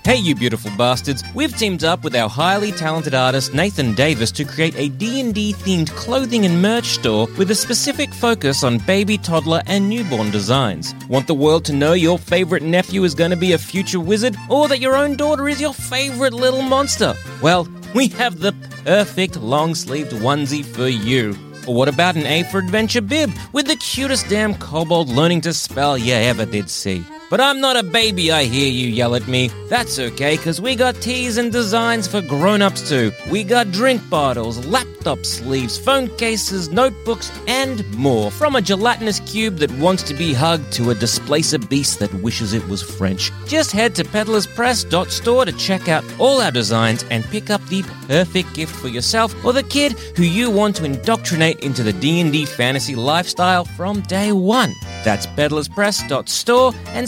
D: Hey, you beautiful bastards! We've teamed up with our highly talented artist Nathan Davis to create a D&D themed clothing and merch store with a specific focus on baby, toddler, and newborn designs. Want the world to know your favorite nephew is going to be a future wizard, or that your own daughter is your favorite little monster? Well, we have the perfect long-sleeved onesie for you. Or what about an A for Adventure bib with the cutest damn kobold learning to spell you ever did see? But I'm not a baby, I hear you yell at me. That's okay, because we got teas and designs for grown ups too. We got drink bottles, laptop sleeves, phone cases, notebooks, and more. From a gelatinous cube that wants to be hugged to a displacer beast that wishes it was French. Just head to peddlerspress.store to check out all our designs and pick up the perfect gift for yourself or the kid who you want to indoctrinate into the D&D fantasy lifestyle from day one. That's peddlerspress.store and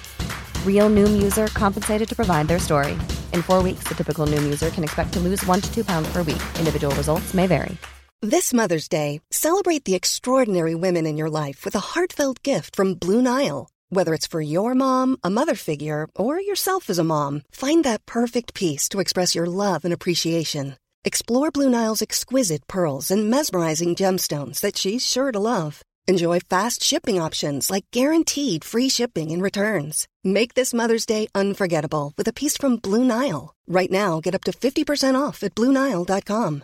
F: Real Noom user compensated to provide their story. In four weeks, the typical Noom user can expect to lose one to two pounds per week. Individual results may vary.
G: This Mother's Day, celebrate the extraordinary women in your life with a heartfelt gift from Blue Nile. Whether it's for your mom, a mother figure, or yourself as a mom, find that perfect piece to express your love and appreciation. Explore Blue Nile's exquisite pearls and mesmerizing gemstones that she's sure to love. Enjoy fast shipping options like guaranteed free shipping and returns. Make this Mother's Day unforgettable with a piece from Blue Nile. Right now, get up to 50% off at BlueNile.com.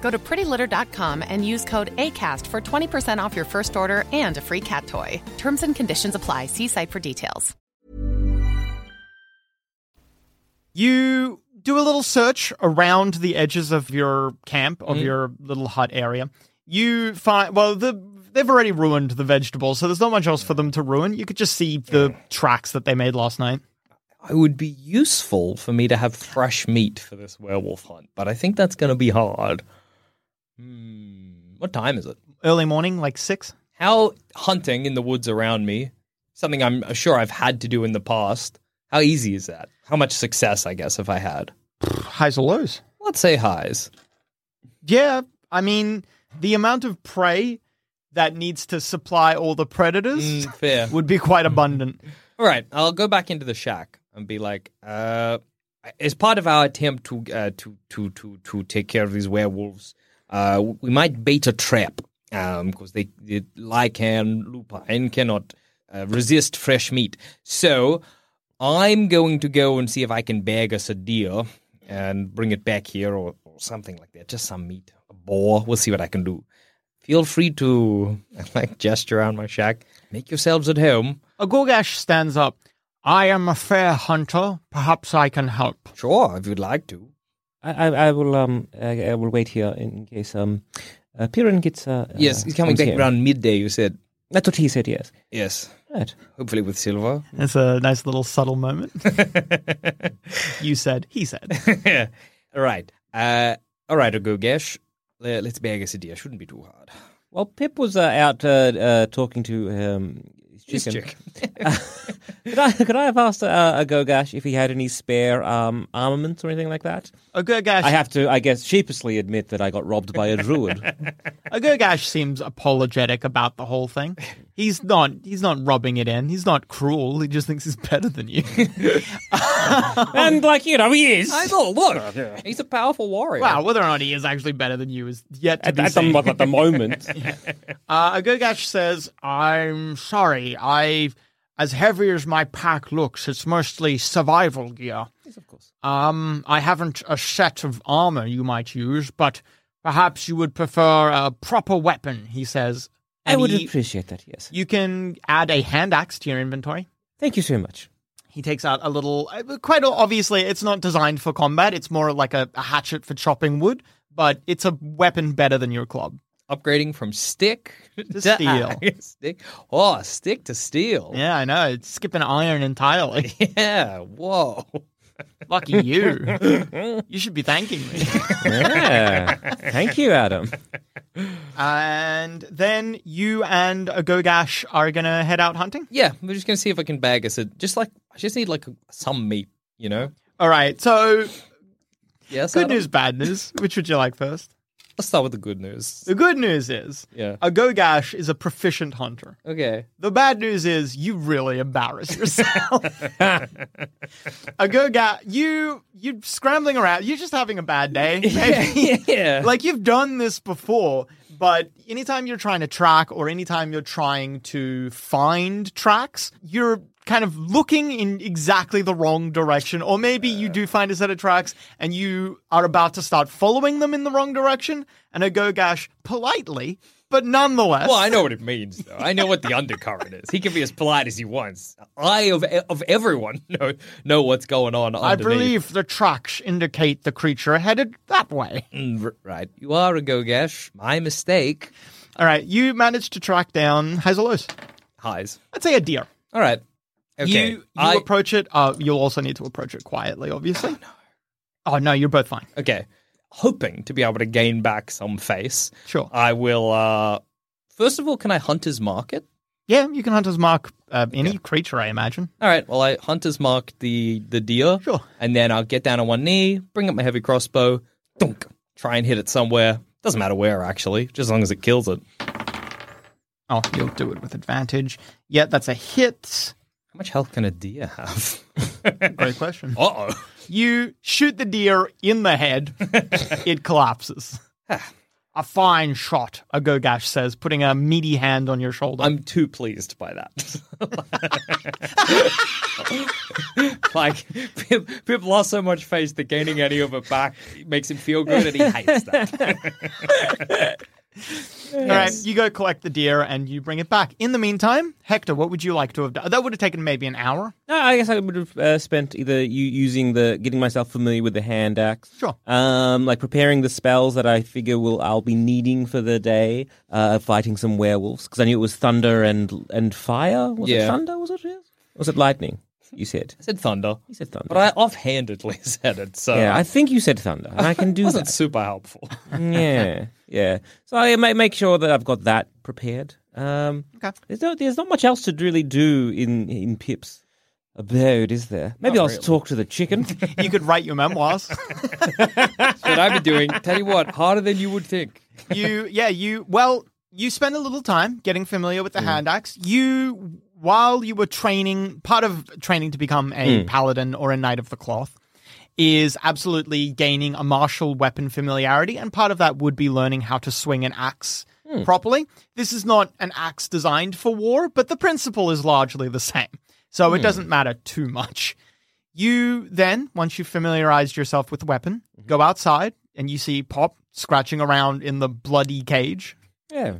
H: Go to prettylitter.com and use code ACAST for 20% off your first order and a free cat toy. Terms and conditions apply. See site for details.
C: You do a little search around the edges of your camp, of your little hut area. You find, well, the, they've already ruined the vegetables, so there's not much else for them to ruin. You could just see the tracks that they made last night.
E: It would be useful for me to have fresh meat for this werewolf hunt, but I think that's going to be hard. Hmm. What time is it?
C: Early morning, like six.
E: How hunting in the woods around me, something I'm sure I've had to do in the past, how easy is that? How much success, I guess, have I had?
C: Highs or lows?
E: Let's say highs.
C: Yeah, I mean, the amount of prey that needs to supply all the predators
E: Mm, fair.
C: would be quite abundant.
E: All right, I'll go back into the shack and be like, uh, as part of our attempt to uh, to to to to take care of these werewolves, uh, we might bait a trap because they, they lycan lupine cannot uh, resist fresh meat. So I'm going to go and see if I can bag us a deer and bring it back here or, or something like that. Just some meat, a boar. We'll see what I can do. Feel free
D: *laughs*
E: to like gesture around my shack. Make yourselves at home.
C: A Gorgash stands up. I am a fair hunter. Perhaps I can help.
E: Sure, if you'd like to.
D: I, I, I will um I, I will wait here in case um uh, Piran gets uh,
E: Yes,
D: uh,
E: he's coming
D: comes
E: back
D: here.
E: around midday, you said.
D: That's what he said. Yes.
E: Yes.
D: Right.
E: Hopefully
D: *laughs*
E: with silver.
C: That's a nice little subtle moment. you said, he said.
E: all right. Uh, all right, Ogogesh. Le- Let's bag us a deer. Shouldn't be too hard.
D: Well, Pip was uh, out uh, uh, talking to um, his
E: Just
D: chicken.
E: check.
D: *laughs* could, I, could I have asked uh, a Gogash if he had any spare um, armaments or anything like that?
C: A Gorgash,
D: I have to, I guess, sheepishly admit that I got robbed by a druid.
C: a Gorgash seems apologetic about the whole thing. He's not. He's not rubbing it in. He's not cruel. He just thinks he's better than *laughs* you.
D: *laughs* and, like, you know, he is.
E: I know, look. He's a powerful warrior.
C: wow, whether or not he is actually better than you is yet to
D: At,
C: be
D: at, the,
C: seen.
D: at the moment.
C: Uh, a Gogash says, I'm sorry, I, as heavy as my pack looks, it's mostly survival gear. Yes, of course. Um, I haven't a set of armor you might use, but perhaps you would prefer a proper weapon, he says.
D: I would
C: he-
D: appreciate that, yes.
C: You can add a hand axe to your inventory.
D: Thank you so much.
C: He takes out a little, uh, quite obviously, it's not designed for combat. It's more like a, a hatchet for chopping wood, but it's a weapon better than your club.
E: *laughs* Upgrading from stick to
C: steel.
E: stick. Oh, stick to steel.
C: Yeah, I know. It's skipping iron entirely.
E: Yeah, Whoa.
C: Lucky you. you should be thanking me.
D: Yeah. Thank you, Adam.
C: and then you and a Gogash are going to head out hunting.
E: Yeah, we're just gonna see if I can bag us a just like I just need like some meat, you know.
C: All right. So,
E: Yes.
C: good
E: Adam?
C: news, bad news. Which would you like first?
E: Let's start with the good news.
C: The good news is
E: Yeah.
C: a Gogash is a proficient hunter. *laughs*
E: Okay.
C: The bad news is you really embarrass yourself. a Gogash, you you scrambling around. You're just having a bad day. Maybe.
E: *laughs* yeah.
C: like you've done this before but anytime you're trying to track or anytime you're trying to find tracks you're kind of looking in exactly the wrong direction or maybe you do find a set of tracks and you are about to start following them in the wrong direction and a gogash politely but nonetheless
E: Well, I know what it means, though. I know what the undercurrent is. He can be as polite as he wants. I of of everyone *laughs* know know what's going on.
C: I
E: underneath.
C: believe the tracks indicate the creature headed that way.
E: Mm, r- right. You are a Gogesh. My mistake.
C: All right, you managed to track down Hazelos.
E: Highs.
C: I'd say a deer.
E: All right. Okay.
C: You, you
E: I,
C: approach it. Uh, you'll also need to approach it quietly, obviously. Oh no, you're both fine.
E: okay. Hoping to be able to gain back some face.
C: Sure.
E: I will. uh First of all, can I hunt his market?
C: Yeah, you can hunter's mark uh, any creature, I imagine.
E: All right. Well, I hunters mark the the deer.
C: Sure.
E: And then I'll get down on one knee, bring up my heavy crossbow, dunk, try and hit it somewhere. Doesn't matter where, actually, just as long as it kills it. How
C: Oh, you'll do it with advantage. Yeah, that's a hit.
E: much health can a deer have? *laughs*
C: Great question.
E: uh oh.
C: *laughs* You shoot the deer in the head, it collapses. a fine shot, a Gogash says, putting a meaty hand on your shoulder.
E: I'm too pleased by that. *laughs* like, Pip, Pip lost so much face that gaining any of it back makes him feel good, and he hates that.
C: All right, you go collect the deer and you bring it back. In the meantime, Hector, what would you like to have done? That would have taken maybe an hour.
D: No, I guess I would have uh, spent either you using the getting myself familiar with the hand axe,
C: Sure.
D: um, like preparing the spells that I figure will I'll be needing for the day, uh, fighting some werewolves because I knew it was thunder and and fire. Was it
E: Yeah.
D: thunder? Was it yes? Was it lightning? You said
E: I said thunder,
D: you said thunder,
E: but I offhandedly *laughs* said it, so *laughs*
D: yeah, I think you said thunder, and I can
E: it
D: do
E: wasn't
D: that.
E: super helpful.
D: yeah, yeah. So I make make sure that I've got that prepared. Um,
C: Okay.
D: There's no, there's not much else to really do in in Pip's abode, is there? Maybe I'll talk to the *laughs* chicken.
C: You could write your memoirs.
E: what I've been doing. Tell you what, harder than you would think.
C: you, yeah, you, well, you spend a little time getting familiar with the hand axe. You, while you were training, part of training to become a paladin or a knight of the cloth is absolutely gaining a martial weapon familiarity. And part of that would be learning how to swing an axe properly. This is not an axe designed for war, but the principle is largely the same. So it doesn't matter too much. You then, once you've familiarized yourself with the weapon,
E: Mm-hmm.
C: go outside and you see Pop scratching around in the bloody cage.
D: yeah.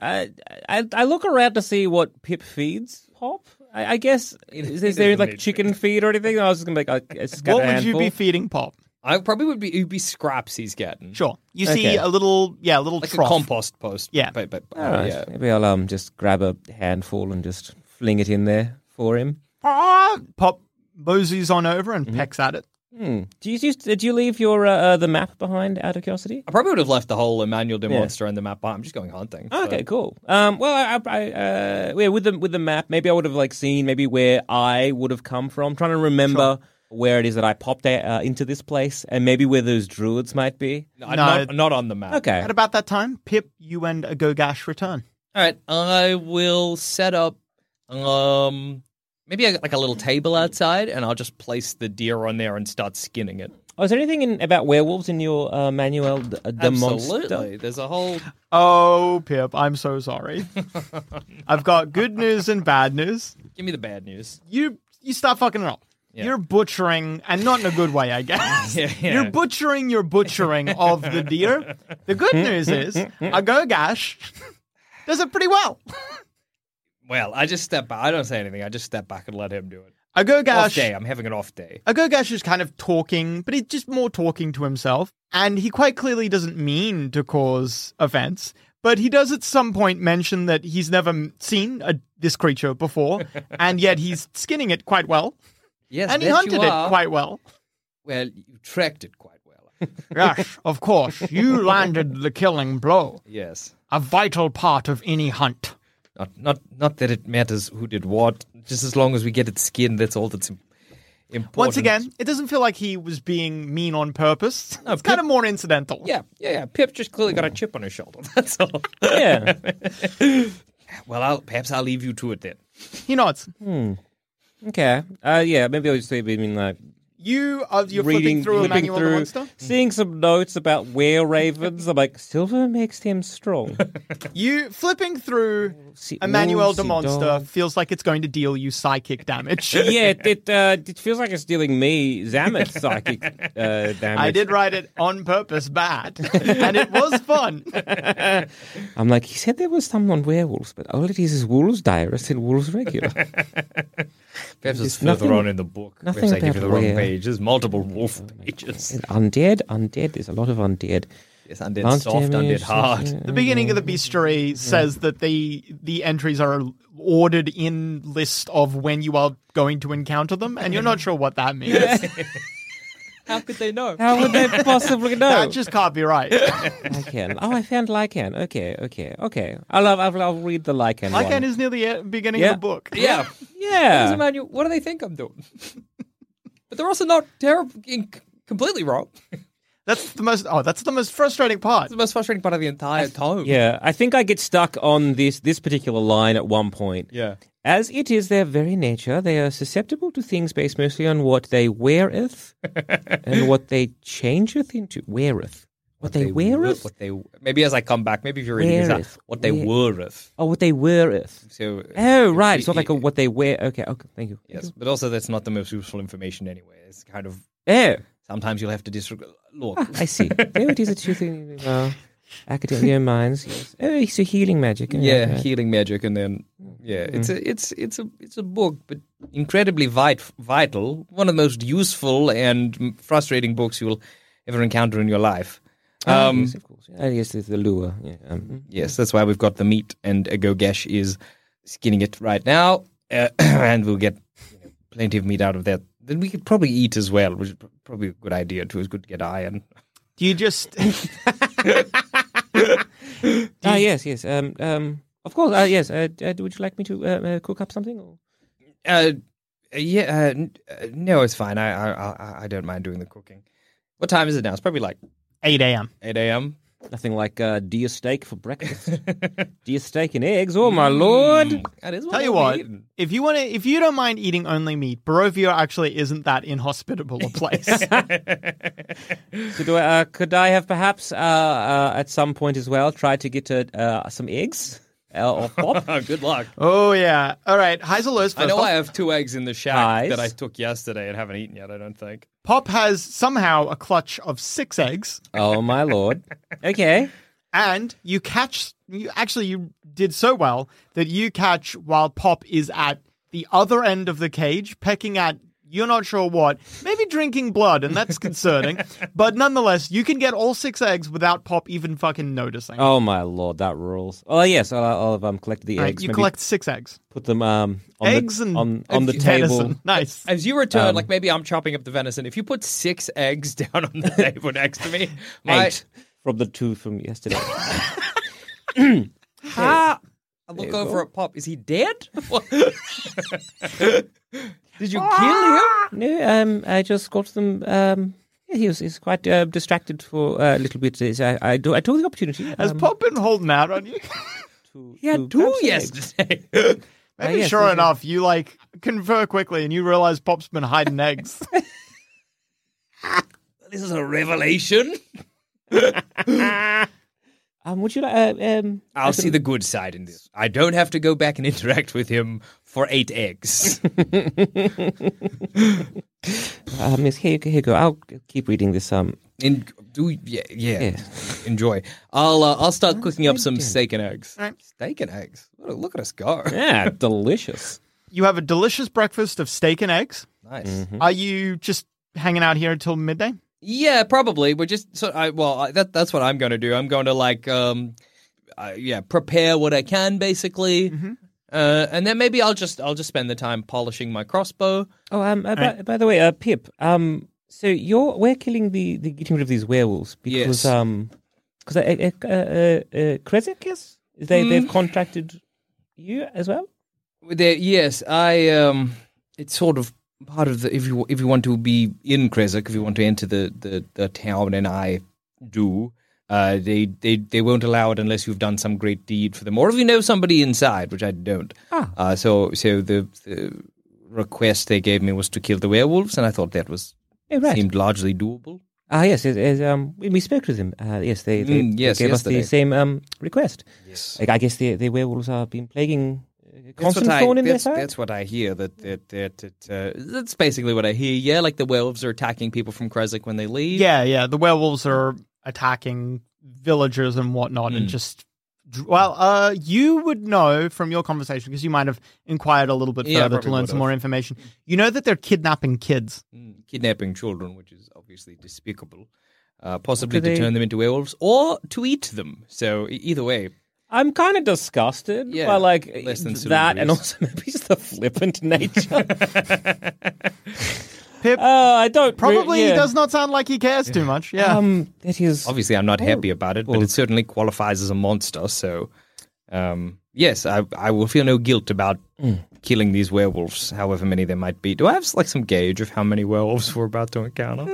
D: I, I I look around to see what Pip feeds Pop. I, I guess is, is there like chicken feed or anything? I was just gonna make like, a
C: what would you be feeding Pop?
E: I probably would be it'd be scraps he's getting.
C: Sure. You see
D: Okay.
C: a little, yeah, a little
E: Like
C: trough.
E: a compost post.
C: Yeah.
E: But, but,
D: All right.
E: yeah.
D: Maybe I'll um just grab a handful and just fling it in there for him.
C: Ah! Pop moseys on over and
E: Mm-hmm.
C: pecks at it.
D: Hmm. Do you do you, do you leave your uh, uh, the map behind out of curiosity?
E: I probably would have left the whole Emmanuel de Monster and the map. behind. I'm just going hunting. so-
D: Ah, Okay, cool. Um, well, I, I, I uh, yeah, with the with the map, maybe I would have like seen maybe where I would have come from. Trying to remember where it is that I popped uh, into this place, and maybe where those druids might be.
E: No,
C: No.
E: not, not on the map.
D: Okay,
C: At about that time, Pip, you and a Gogash return.
E: *laughs* All right. I will set up um maybe a, like a little table outside and I'll just place the deer on there and start skinning it.
D: Oh, is there anything in, about werewolves in your uh, manual? The, the
E: Absolutely.
D: monster.
E: There's a whole
C: Oh, Pip, I'm so
E: *laughs*
C: sorry. I've got good news and bad news.
E: Give me the bad news.
C: You you start fucking it up. You're butchering, and not in a good way, I guess.
E: *laughs* Yeah, yeah.
C: You're butchering your butchering of the deer. The good news is, a Gogash does it pretty well.
E: Well, I just step back. I don't say anything. I just step back and let him do it.
C: A
E: Off
C: Gogash
E: day. I'm having an off day.
C: Agogash is kind of talking, but he's just more talking to himself. And he quite clearly doesn't mean to cause offense, but he does at some point mention that he's never m- seen a, this creature before, and yet he's skinning it quite well,
E: Yes,
C: and he
E: that
C: hunted
E: you
C: it
E: are.
C: quite well.
E: well. You tracked it quite well. *laughs*
C: Yes, of course, you landed the killing blow,
E: yes.
C: a vital part of any hunt.
E: Not, not, not that it matters who did what. Just as long as we get it skinned, that's all that's im- important.
C: Once again, it doesn't feel like he was being mean on purpose. It's kind of more incidental.
E: yeah, yeah, yeah. Pip just clearly got a chip on his shoulder. *laughs* That's all. *laughs*
D: Yeah.
E: well, I'll, perhaps I'll leave you to it then.
C: He nods.
D: okay. Uh, yeah. Maybe I'll just say, I mean, like
C: You are you're
D: reading,
C: flipping through
D: flipping
C: Emmanuel the
D: through,
C: Monster?
D: seeing some notes about were ravens. I'm like, silver makes
C: *laughs*
D: him strong.
C: You flipping through
D: See-
C: Emmanuel
D: wolves,
C: de
D: see
C: Monster
D: dogs.
C: feels like it's going to deal you psychic *laughs* damage.
D: yeah, it it, uh, it feels like it's dealing me Zamet psychic uh, damage.
C: *laughs* I did write it on purpose bad, and it was fun.
D: I'm like, he said there was some on werewolves, but all it is is wolves diarist and
C: *laughs*
D: wolves regular.
E: Perhaps it's
D: nothing-
E: further on in the book.
D: nothing
E: Perhaps I gave you
D: about
E: the wrong
D: whale.
E: page. There's multiple wolf pages.
D: undead, undead. There's a lot of undead.
E: *laughs* It's undead
D: Lance
E: soft,
D: damage,
E: undead hard.
D: yeah.
C: *laughs* The beginning of the bestiary says that the the entries are ordered in list of when you are going to encounter them, and you're not sure what that means.
E: How could they know?
D: How would they possibly
C: *laughs* *laughs*
D: know?
C: That just can't be right.
D: Lycan. Oh, I found Lycan. Okay, okay, okay. I'll, I'll, I'll read the Lycan.
C: Lycan
D: one.
C: is near the e- beginning
D: Yeah.
C: of the book.
E: Yeah. Doesn't
D: yeah.
E: matter. What do they think I'm doing? *laughs* but they're also not terrible, completely wrong. It's
C: That's the most. Oh, that's the most frustrating part.
E: the most frustrating part of the entire tome.
D: Yeah, I think I get stuck on this this particular line at one point.
E: Yeah.
D: As it is their very nature, they are susceptible to things based mostly on what they weareth and what they changeth into. Weareth. What, they, weareth?
E: What they maybe as I come back, maybe if you're reading this out,
D: Weareth.
E: what they
D: Wear-
E: weareth.
D: Oh, what they weareth.
E: So
D: Oh,
E: if
D: right.
E: you-
D: It's not like a, what they wear. Okay, okay, thank you.
E: yes, but also that's not the most useful information anyway. It's kind of
D: Oh,
E: sometimes you'll have to disregard. Look,
D: Ah, I see. there it is, a truth in uh, academia minds. Yes. Oh, so healing magic. Oh,
E: yeah,
D: okay.
E: healing magic, and then yeah, it's a it's it's a it's a book, but incredibly vit- vital. One of the most useful and m- frustrating books you'll ever encounter in your life.
D: Ah,
E: Um,
D: yes, of course. Yeah. Ah, yes, there's the lure. Yeah. um, mm.
E: Yes, that's why we've got the meat, and Gogesh is skinning it right now, uh, *clears throat* and we'll get you know, plenty of meat out of that. Then we could probably eat as well, which is pr- probably a good idea too. It's good to get iron.
C: Do you just? *laughs*
D: Ah, yes, yes. Um, um, of course. Uh, yes. Uh, uh, would you like me to uh, uh, cook up something? Or?
E: Uh, yeah, uh, n- uh, no, it's fine. I, I I I don't mind doing the cooking. What time is it now? It's probably like
C: Eight a.m.
E: eight a.m.
D: Nothing like uh, deer steak for *laughs* breakfast. deer steak and eggs. Oh my lord!
E: That is
C: Mm. Tell you
E: we'll
C: what,
E: be eating.
C: if you want to, if you don't mind eating only meat, Barovia actually isn't that inhospitable a place.
D: Could I, uh, could I have perhaps uh, uh, at some point as well tried to get uh, uh, some eggs uh, or pop? *laughs*
E: Oh, good luck.
C: oh yeah. All right. Highs or lows first.
E: I know
C: off.
E: I have two eggs in the shack
D: Nice.
E: that I took yesterday and haven't eaten yet. I don't think.
C: Pop has somehow a clutch of six eggs,
D: oh my lord! Okay.
C: and you catch. You actually you did so well that you catch while Pop is at the other end of the cage, pecking at. You're not sure what, maybe drinking blood, and
D: *laughs*
C: that's concerning. but nonetheless, you can get all six eggs without Pop even fucking noticing.
D: Oh my lord, that rules. Oh yes, I'll, I'll um, collect the
C: All right,
D: eggs.
C: you
D: maybe
C: collect six eggs.
D: put them um, on
C: eggs
D: the,
C: and
D: on, on the
C: *laughs* venison.
D: table. *laughs*
C: Nice.
E: As you return,
C: Um,
E: like maybe I'm chopping up the venison. If you put six eggs *laughs* down on the table next to me, my
D: Eight from the two from yesterday.
E: ah, I look
D: you
E: over
D: go.
E: at Pop. Is he *laughs* dead? What- Did you kill him?
C: Ah,
D: No, um, I just got them. Um, yeah, he was he's quite uh, distracted for uh, a little bit. Is I I, do, I took the opportunity.
C: Has
D: um,
C: Pop been holding out on
D: *laughs*
C: you?
D: to-
E: He had
D: to
E: two
D: grab some eggs.
E: yesterday. *laughs*
C: Maybe
D: yes,
C: sure
D: yes, yes.
C: enough, you like confer quickly and you realize Pop's been
D: *laughs*
C: hiding eggs.
E: this is a revelation.
D: Um, would you like? Uh, um,
E: I'll see the good side in this. I don't have to go back and interact with him for eight eggs.
D: um, yes, here, you go- here you go. I'll keep reading this. Um,
E: In, do yeah, yeah.
D: Yes.
E: Enjoy. I'll uh, I'll start cooking up some
D: Steak and-
E: steak and eggs.
C: Right.
E: Steak and eggs. What a- Look at us go.
D: yeah, delicious.
C: you have a delicious breakfast of steak and eggs.
E: Nice.
C: Are you just hanging out here until midday?
E: Yeah, probably. But just so I well I, that that's what I'm going to do. I'm going to like um, uh, yeah, prepare what I can basically. Uh, and then maybe I'll just I'll just spend the time polishing my crossbow.
D: Oh, um, uh, by, by the way, uh, Pip. Um, so you're we're killing the, the getting rid of these werewolves because
E: Yes.
D: um, because uh, uh, uh, uh, uh, Kresek, yes, they they've contracted you as well.
E: With the- yes, I um, it's sort of part of the if you if you want to be in Kresik, if you want to enter the the, the town, and I do. Uh, they, they they won't allow it unless you've done some great deed for them, or if you know somebody inside, which I don't. Ah. Uh, so so the, the request they gave me was to kill the werewolves, and I thought that was
D: Oh, right.
E: seemed largely doable.
D: Ah, yes, yes, yes um, we we spoke to them. Uh, yes, they, they,
E: Mm,
D: they
E: yes,
D: gave us
E: yesterday.
D: the same um, request.
E: Yes,
D: Like, I guess the, the werewolves have been plaguing uh,
E: that's
D: constant
E: what I
D: thorn in their
E: that's,
D: side.
E: that's what I hear. That that that, that uh, that's basically what I hear. Yeah, like the werewolves are attacking people from Kresik when they leave.
C: Yeah, yeah. The werewolves are attacking villagers and whatnot, and just well, uh, you would know from your conversation because you might have inquired a little bit
E: Yeah, I
C: further to
E: probably
C: learn
E: would
C: some
E: have.
C: more information. You know that they're kidnapping kids.
E: Mm, kidnapping children, which is obviously despicable. Uh, possibly
D: Do
E: to
D: they-
E: turn them into werewolves or to eat them. So e- either way,
D: I'm kind of disgusted
E: Yeah,
D: by like
E: less than
D: *laughs* that, and
E: salubrious. *laughs*
D: also maybe it's the flippant nature.
C: Pip
D: Uh, I don't.
C: probably
D: yeah.
C: does not sound like he cares too much. Yeah.
D: Um, it is.
E: Obviously, I'm not
D: Oh,
E: happy about it, but it certainly qualifies as a monster. So, um, yes, I, I will feel no guilt about
D: Hmm.
E: killing these werewolves, however many there might be. Do I have like some gauge of how many werewolves we're about
D: *laughs*
E: to encounter?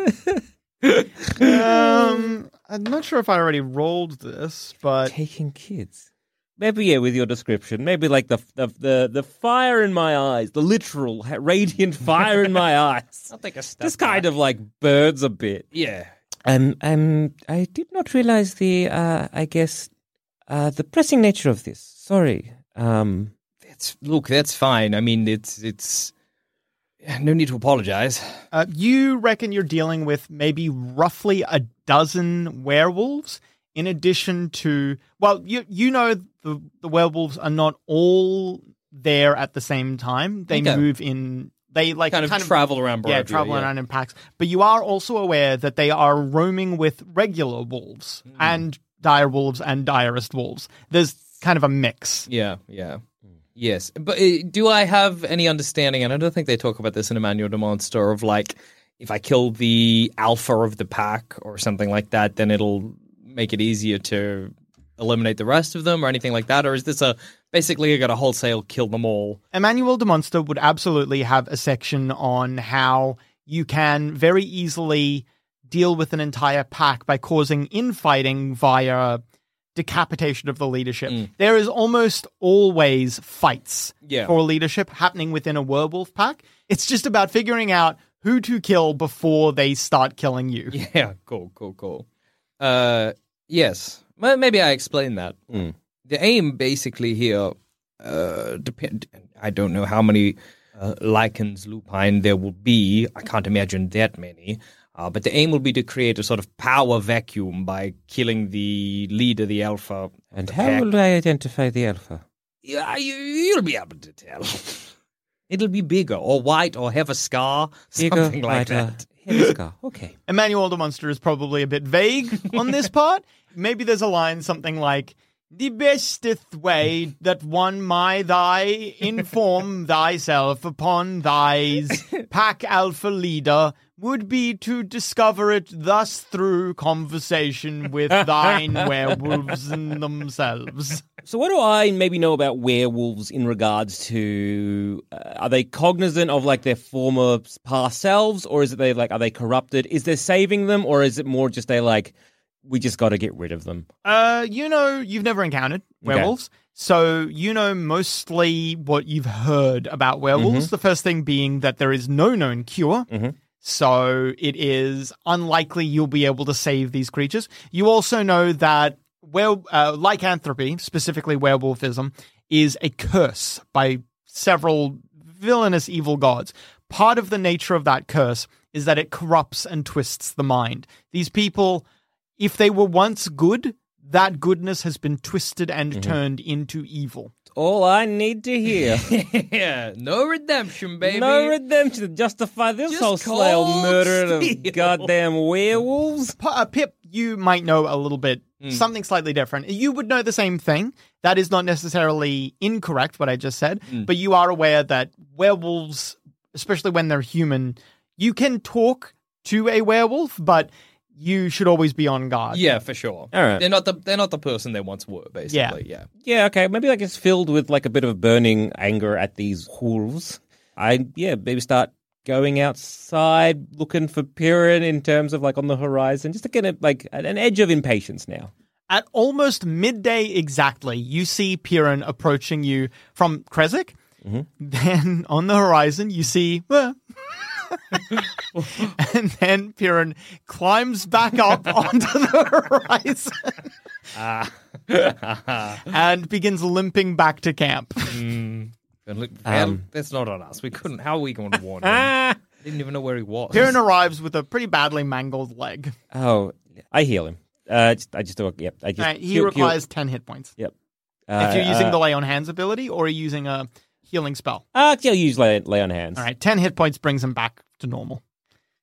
C: um, I'm not sure if I already rolled this, but
D: taking kids. Maybe yeah, with your description, maybe like the the the, the fire in my eyes, the literal ha- radiant fire in my *laughs* eyes.
E: I'll take a step.
D: Just kind of like birds a bit.
E: yeah.
D: Um, um, I did not realize the, uh, I guess, uh, the pressing nature of this. Sorry. Um,
E: That's look, that's fine. I mean, it's it's no need to apologize.
C: uh, you reckon you're dealing with maybe roughly a dozen werewolves in addition to well you you know the the werewolves are not all there at the same time they
E: Okay.
C: move in they like
E: Kind of travel around
C: yeah
E: Barovia,
C: travel
E: yeah.
C: around in packs but you are also aware that they are roaming with regular wolves
E: Hmm.
C: and dire wolves and direst wolves there's kind of a mix
E: Yeah, yeah. Yes. But uh, do I have any understanding, and I don't think they talk about this in Emmanuel de Monster, of like, if I kill the alpha of the pack or something like that, then it'll make it easier to eliminate the rest of them or anything like that? Or is this a basically I got to wholesale kill them all?
C: Emmanuel de Monster would absolutely have a section on how you can very easily deal with an entire pack by causing infighting via decapitation of the leadership. There is almost always fights
E: Yeah.
C: for leadership happening within a werewolf pack. It's just about figuring out who to kill before they start killing you.
E: Yeah, cool, cool, cool. Uh, yes. Well, maybe I explained that. The aim basically here, uh, depend. I don't know how many uh, lichens lupine there will be. I can't imagine that many. Uh, but the aim will be to create a sort of power vacuum by killing the leader, the alpha.
D: and
E: the
D: how
E: pack.
D: will I identify the alpha?
E: Yeah, you, you'll be able to tell. *laughs* It'll be bigger or white or have a scar, something like
D: wider,
E: that.
D: heavy scar. Okay.
C: Emmanuel de Monster is probably a bit vague on this part. Maybe there's a line something like the besteth way that one my thy inform thyself upon thy's pack alpha leader would be to discover it thus through conversation with thine werewolves and themselves.
D: So, what do I maybe know about werewolves in regards to uh, are they cognizant of like their former past selves, or is it they like are they corrupted? Is there saving them, or is it more just they like we just got to get rid of them?
C: Uh, you know, you've never encountered
D: Okay.
C: werewolves, so you know mostly what you've heard about werewolves. The first thing being that there is no known cure. So it is unlikely you'll be able to save these creatures. You also know that well, uh, lycanthropy, specifically werewolfism, is a curse by several villainous evil gods. Part of the nature of that curse is that it corrupts and twists the mind. These people, if they were once good, that goodness has been twisted and turned into evil.
D: All I need to hear.
E: *laughs* yeah, no redemption, baby.
D: No redemption to justify this
E: Just
D: whole slail
E: cold
D: murder
E: steel.
D: of goddamn werewolves.
C: P- uh, Pip, you might know a little bit, something slightly different. You would know the same thing. That is not necessarily incorrect, what I just said, but you are aware that werewolves, especially when they're human, you can talk to a werewolf, but you should always be on guard.
E: Yeah, for sure.
D: All right.
E: They're not the they're not the person they once were, basically. Yeah.
D: Yeah, okay. Maybe like it's filled with like a bit of burning anger at these wolves. I yeah, maybe start going outside looking for Piran in terms of like on the horizon, just to get a, like an an edge of impatience now.
C: At almost midday exactly, you see Piran approaching you from Kresik.
D: Mm-hmm.
C: *laughs* Then on the horizon, you see. "Wah." *laughs* and then Piran climbs back up *laughs* onto the horizon
D: Ah. *laughs*
C: and begins limping back to camp.
E: And look, well, that's not on us. We couldn't. How are we going to warn him?
D: *laughs*
E: Didn't even know where he was.
C: Piran arrives with a pretty badly mangled leg.
D: Oh, I heal him. Uh, just, I just do. Yep. I just,
C: Uh, he
D: heal- heal.
C: requires 10 hit points.
D: Yep.
C: If you're using
D: uh,
C: the Lay on Hands ability or are you using a healing spell.
D: Uh, actually, I'll use lay, lay on hands.
C: All right, 10 hit points brings him back to normal.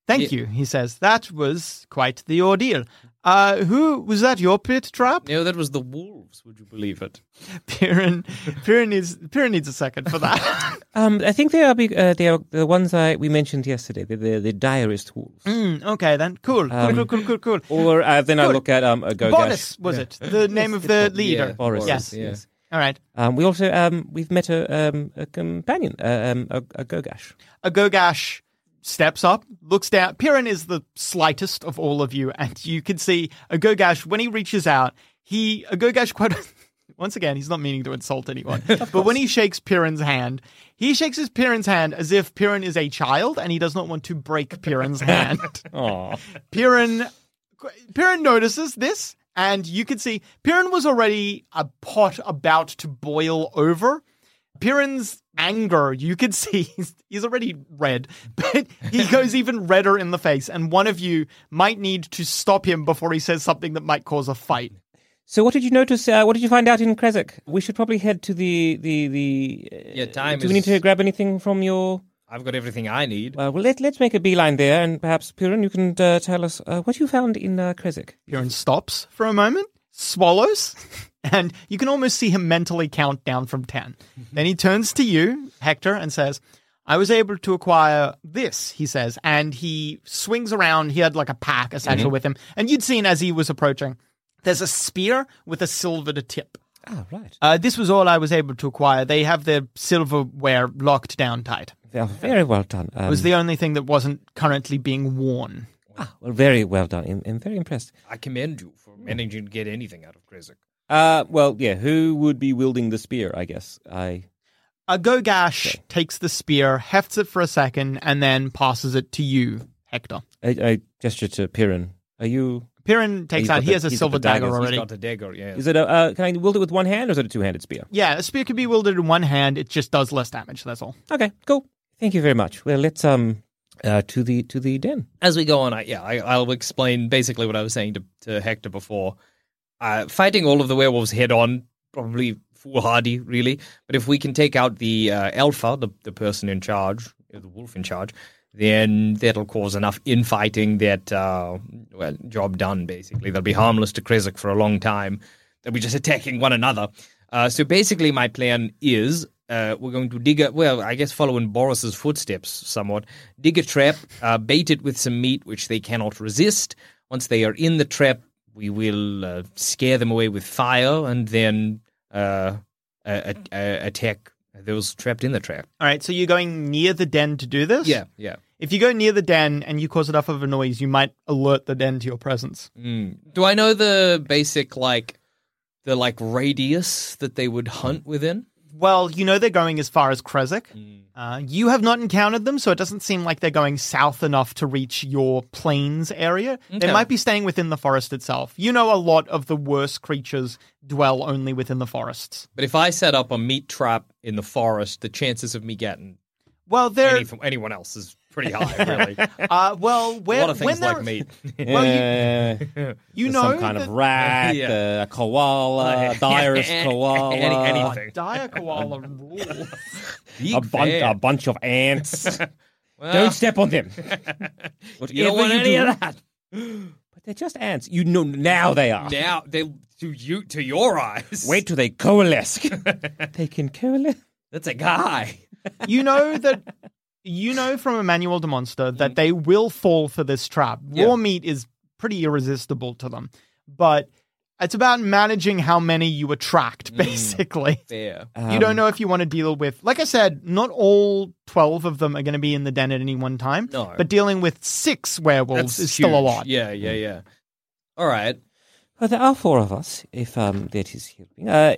C: Thank you, he says. That was quite the ordeal. Uh, who was that? Your pit
D: *laughs*
C: trap,
E: No, that was the wolves. Would you believe it?
C: Piran. Piran needs Piran needs a second for
D: *laughs*
C: that.
D: Um, I think they are big, uh, they are the ones I we mentioned yesterday. The the, the diarist wolves.
C: Mm, okay, then cool,
D: Um,
C: cool, cool, cool, cool, cool.
D: Or uh, then I look at um a Gogash.
C: Boris was it the name of the leader?
E: Yeah,
D: Boris,
C: Yes.
E: yeah.
D: yes.
C: All right,
D: Um, we also um we've met a um a companion uh, um a, a Gogash.
C: a Gogash steps up, looks down. Piran is the slightest of all of you, and you can see a Gogash when he reaches out. He a Gogash quite. *laughs* Once again, he's not meaning to insult anyone, but when he shakes Piran's hand, he shakes his Piran's hand as if Piran is a child and he does not want to break Piran's hand.
D: Aww.
C: Piran Piran notices this, and you can see Piran was already a pot about to boil over. Piran's anger, you can *laughs* see he's, he's already red, but he goes even redder in the face, and one of you might need to stop him before he says something that might cause a fight.
D: So what did you notice? Uh, what did you find out in Kresik? We should probably head to the the the. Uh,
E: Yeah, time
D: Do we need
E: is-
D: to grab anything from your?
E: *laughs* I've got everything I need.
D: Uh, well, let let's make a beeline there, and perhaps Purin, you can uh, tell us uh, what you found in uh, Kresik.
C: Piran stops for a moment, swallows, *laughs* and you can almost see him mentally count down from 10. then he turns to you, Hector, and says, I was able to acquire this, he says. And he swings around. He had like a pack, a satchel with him. And you'd seen as he was approaching, there's a spear with a silvered tip.
D: Ah, right.
C: Uh, this was all I was able to acquire. They have their silverware locked down tight.
D: Well, very well done. Um,
C: It was the only thing that wasn't currently being worn.
D: ah, well, very well done. I'm, I'm very impressed.
E: I commend you for managing to get anything out of Krizak.
D: Uh, well, yeah. Who would be wielding the spear? I guess I.
C: A Gogash takes the spear, hefts it for a second, and then passes it to you, Hector.
D: I, I gesture to Pirin. Are you?
C: Piran takes
D: He's
C: out,
D: got
C: he
D: the-
C: has a
D: he's got
C: silver
D: the daggers,
C: dagger
D: he's
C: already.
E: Got the dagger, yeah.
D: Is it a? Uh, can I wield it with one hand, or is it a two-handed spear?
C: Yeah, a spear can be wielded in one hand, it just does less damage, that's all.
D: Okay, cool. Thank you very much. Well, let's um uh, to the to the den.
E: As we go on, I, yeah, I, I'll explain basically what I was saying to, to Hector before. Uh, fighting all of the werewolves head on, probably foolhardy, really. But if we can take out the uh, alpha, the, the person in charge, uh, the wolf in charge, then that'll cause enough infighting that, uh, well, job done, basically. They'll be harmless to Krizak for a long time. They'll be just attacking one another. Uh, so basically, my plan is uh, we're going to dig a, well, I guess follow in Boris's footsteps somewhat, dig a trap, uh, bait it with some meat which they cannot resist. Once they are in the trap, we will uh, scare them away with fire and then uh, uh, a- a- attack those trapped in the trap.
C: All right, so you're going near the den to do this?
E: Yeah, yeah.
C: If you go near the den and you cause enough of a noise, you might alert the den to your presence.
E: Do I know the basic like the like radius that they would hunt within?
C: Well, you know they're going as far as Kresik.
E: Mm.
C: Uh, you have not encountered them, so it doesn't seem like they're going south enough to reach your plains area. They
E: Okay.
C: might be staying within the forest itself. You know a lot of the worst creatures dwell only within the forests.
E: But if I set up a meat trap in the forest, the chances of me getting
C: Well, they're
E: any from anyone else is
D: *laughs*
E: pretty high, really.
C: uh, well where,
E: *laughs* a lot of
C: when
E: things
C: they're,
E: like meat. *laughs*
C: Well, you,
D: Uh,
C: you
D: there's
C: know
D: some kind
C: that,
D: of rat,
E: Yeah.
D: uh, a
E: *laughs*
D: koala, a direst koala,
E: Any-
C: Oh,
E: anything.
C: dire koala *laughs* rule.
D: a, bun- a bunch of
E: *laughs*
D: ants. Don't step on them. Whatever
E: You don't want any
D: do-
E: of that.
D: *gasps* But they're just ants. You know now they are.
E: Now they to you to your eyes.
D: Wait till they coalesce. *laughs* they can coalesce.
E: that's a guy.
C: you know that you know from Emmanuel de Monster
E: Mm.
C: that they will fall for this trap. Raw meat is pretty irresistible to them, but it's about managing how many you attract,
E: Mm.
C: basically.
E: Fair.
C: You don't know if you want to deal with, like I said, not all 12 of them are going to be in the den at any one time.
E: No.
C: But dealing with six werewolves
E: That's
C: is still a
E: huge.
C: lot.
E: Yeah, yeah, yeah. All right.
D: Well, there are four of us, if um, that is helping. Uh,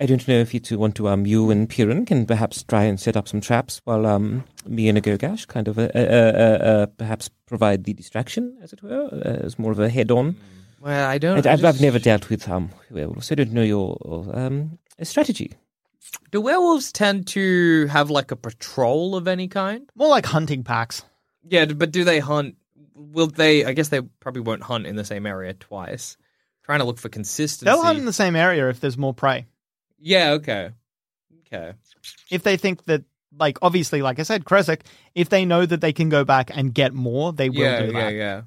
D: I don't know if you two want to, um, you and Piran can perhaps try and set up some traps while um, me and a Gogash kind of uh, uh, uh, uh, perhaps provide the distraction, as it were, uh, as more of a head on.
E: Well, I don't.
D: I, I've, I've never dealt with um, werewolves, so I don't know your um, strategy.
E: Do werewolves tend to have like a patrol of any kind?
C: More like hunting packs.
E: Yeah, but do they hunt? Will they? I guess they probably won't hunt in the same area twice. Trying to look for consistency.
C: They'll hunt in the same area if there's more prey.
E: Yeah. Okay. Okay.
C: if they think that like obviously like i said kresik if they know that they can go back and get more they will
E: yeah,
C: do
E: yeah,
C: that
E: yeah.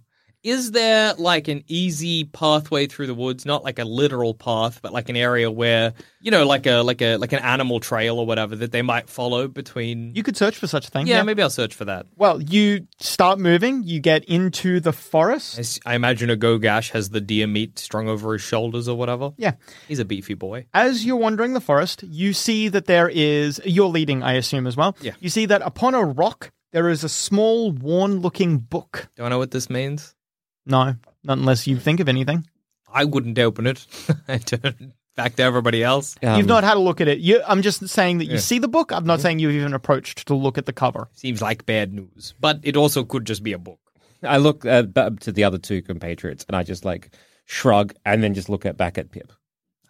E: Is there like an easy pathway through the woods, not like a literal path, but like an area where you know, like a like a like an animal trail or whatever that they might follow between?
C: You could search for such a thing.
E: yeah, maybe I'll search for that.
C: Well, you start moving. You get into the forest.
E: I, s- I imagine a Gogash has the deer meat strung over his shoulders or whatever.
C: Yeah.
E: he's a beefy boy.
C: As you're wandering the forest, you see that there is. You're leading, I assume, as well.
E: Yeah.
C: You see that upon a rock there is a small, worn-looking book.
E: Do I know what this means?
C: No, not unless you think of anything.
E: I wouldn't open it. *laughs* I turn back to everybody else.
I: Um,
D: Um,
C: You've not had a look at it. You, I'm just saying that you see the book. I'm not saying you've even approached to look at the cover.
E: Seems like bad news, but it also could just be a book.
I: I look uh, b- to the other two compatriots and I just like shrug and then just look at back at Pip.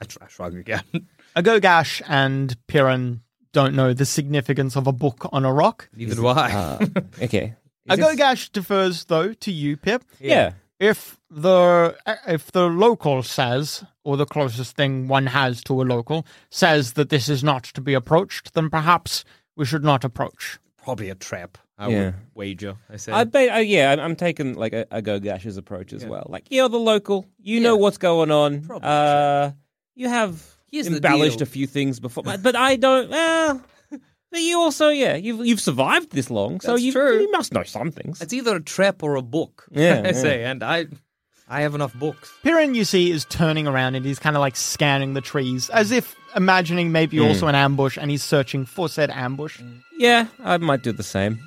E: I, tr- I shrug again. *laughs*
C: Agogash and Piran don't know the significance of a book on a rock.
E: Neither do I. *laughs*
I: Uh, okay. Is this-
C: Agogash defers though to you, Pip.
I: Yeah.
C: If the uh, if the local says, or the closest thing one has to a local says that this is not to be approached, then perhaps we should not approach.
E: Probably a trap. I
I: Yeah.
E: would wager. I said.
I: I bet. Uh, yeah, I'm, I'm taking like a, a go gash's approach as well. Like you're the local, you know what's going on.
E: Probably,
I: Uh, you have
E: Here's the
I: embellished
E: deal.
I: a few things before, but, but I don't. Well, but you also, yeah, you've you've survived this long, so
E: That's
I: you
E: true.
I: you must know some things.
E: it's either a trap or a book. *laughs*
I: Yeah,
E: I say, and I, I have enough books.
C: Piran, you see, is turning around and he's kind of like scanning the trees as if imagining maybe
E: Hmm.
C: also an ambush, and he's searching for said ambush.
I: yeah, I might do the same.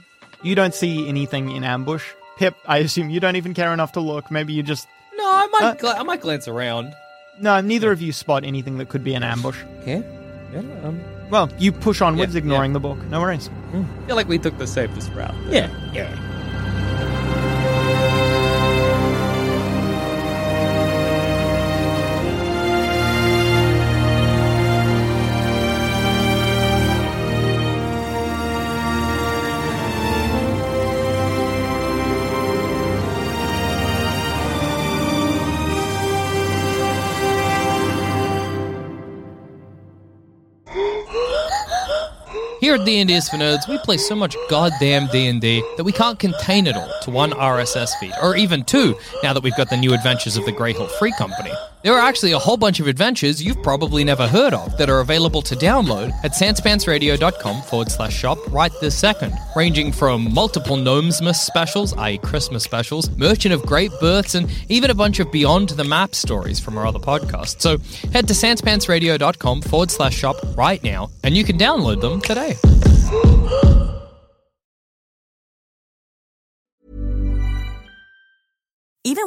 C: You don't see anything in ambush. Pip, I assume you don't even care enough to look. Maybe you just
E: No, I might.
C: Uh,
E: gla- I might glance around.
C: no. Neither of you spot anything that could be an ambush.
I: Okay. Yeah. Um,
C: Well, you push onwards,
E: Yeah,
C: ignoring the book. No worries.
E: I feel like we took the safest route.
I: yeah. Yeah.
D: Here at D&D is for Nerds, we play so much goddamn D&D that we can't contain it all to one RSS feed, or even two, now that we've got the new adventures of the Grey Hill Free Company. There are actually a whole bunch of adventures you've probably never heard of that are available to download at sanspantsradio.com forward slash shop right this second, ranging from multiple Gnomesmas specials, i.e. Christmas specials, Merchant of Great Births, and even a bunch of Beyond the Map stories from our other podcasts. So head to sanspantsradio.com forward slash shop right now, and you can download them today.
G: Even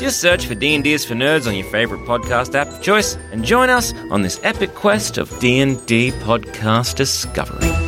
D: Just search for D&D is for Nerds on your favorite podcast app of choice and join us on this epic quest of D&D podcast discovery.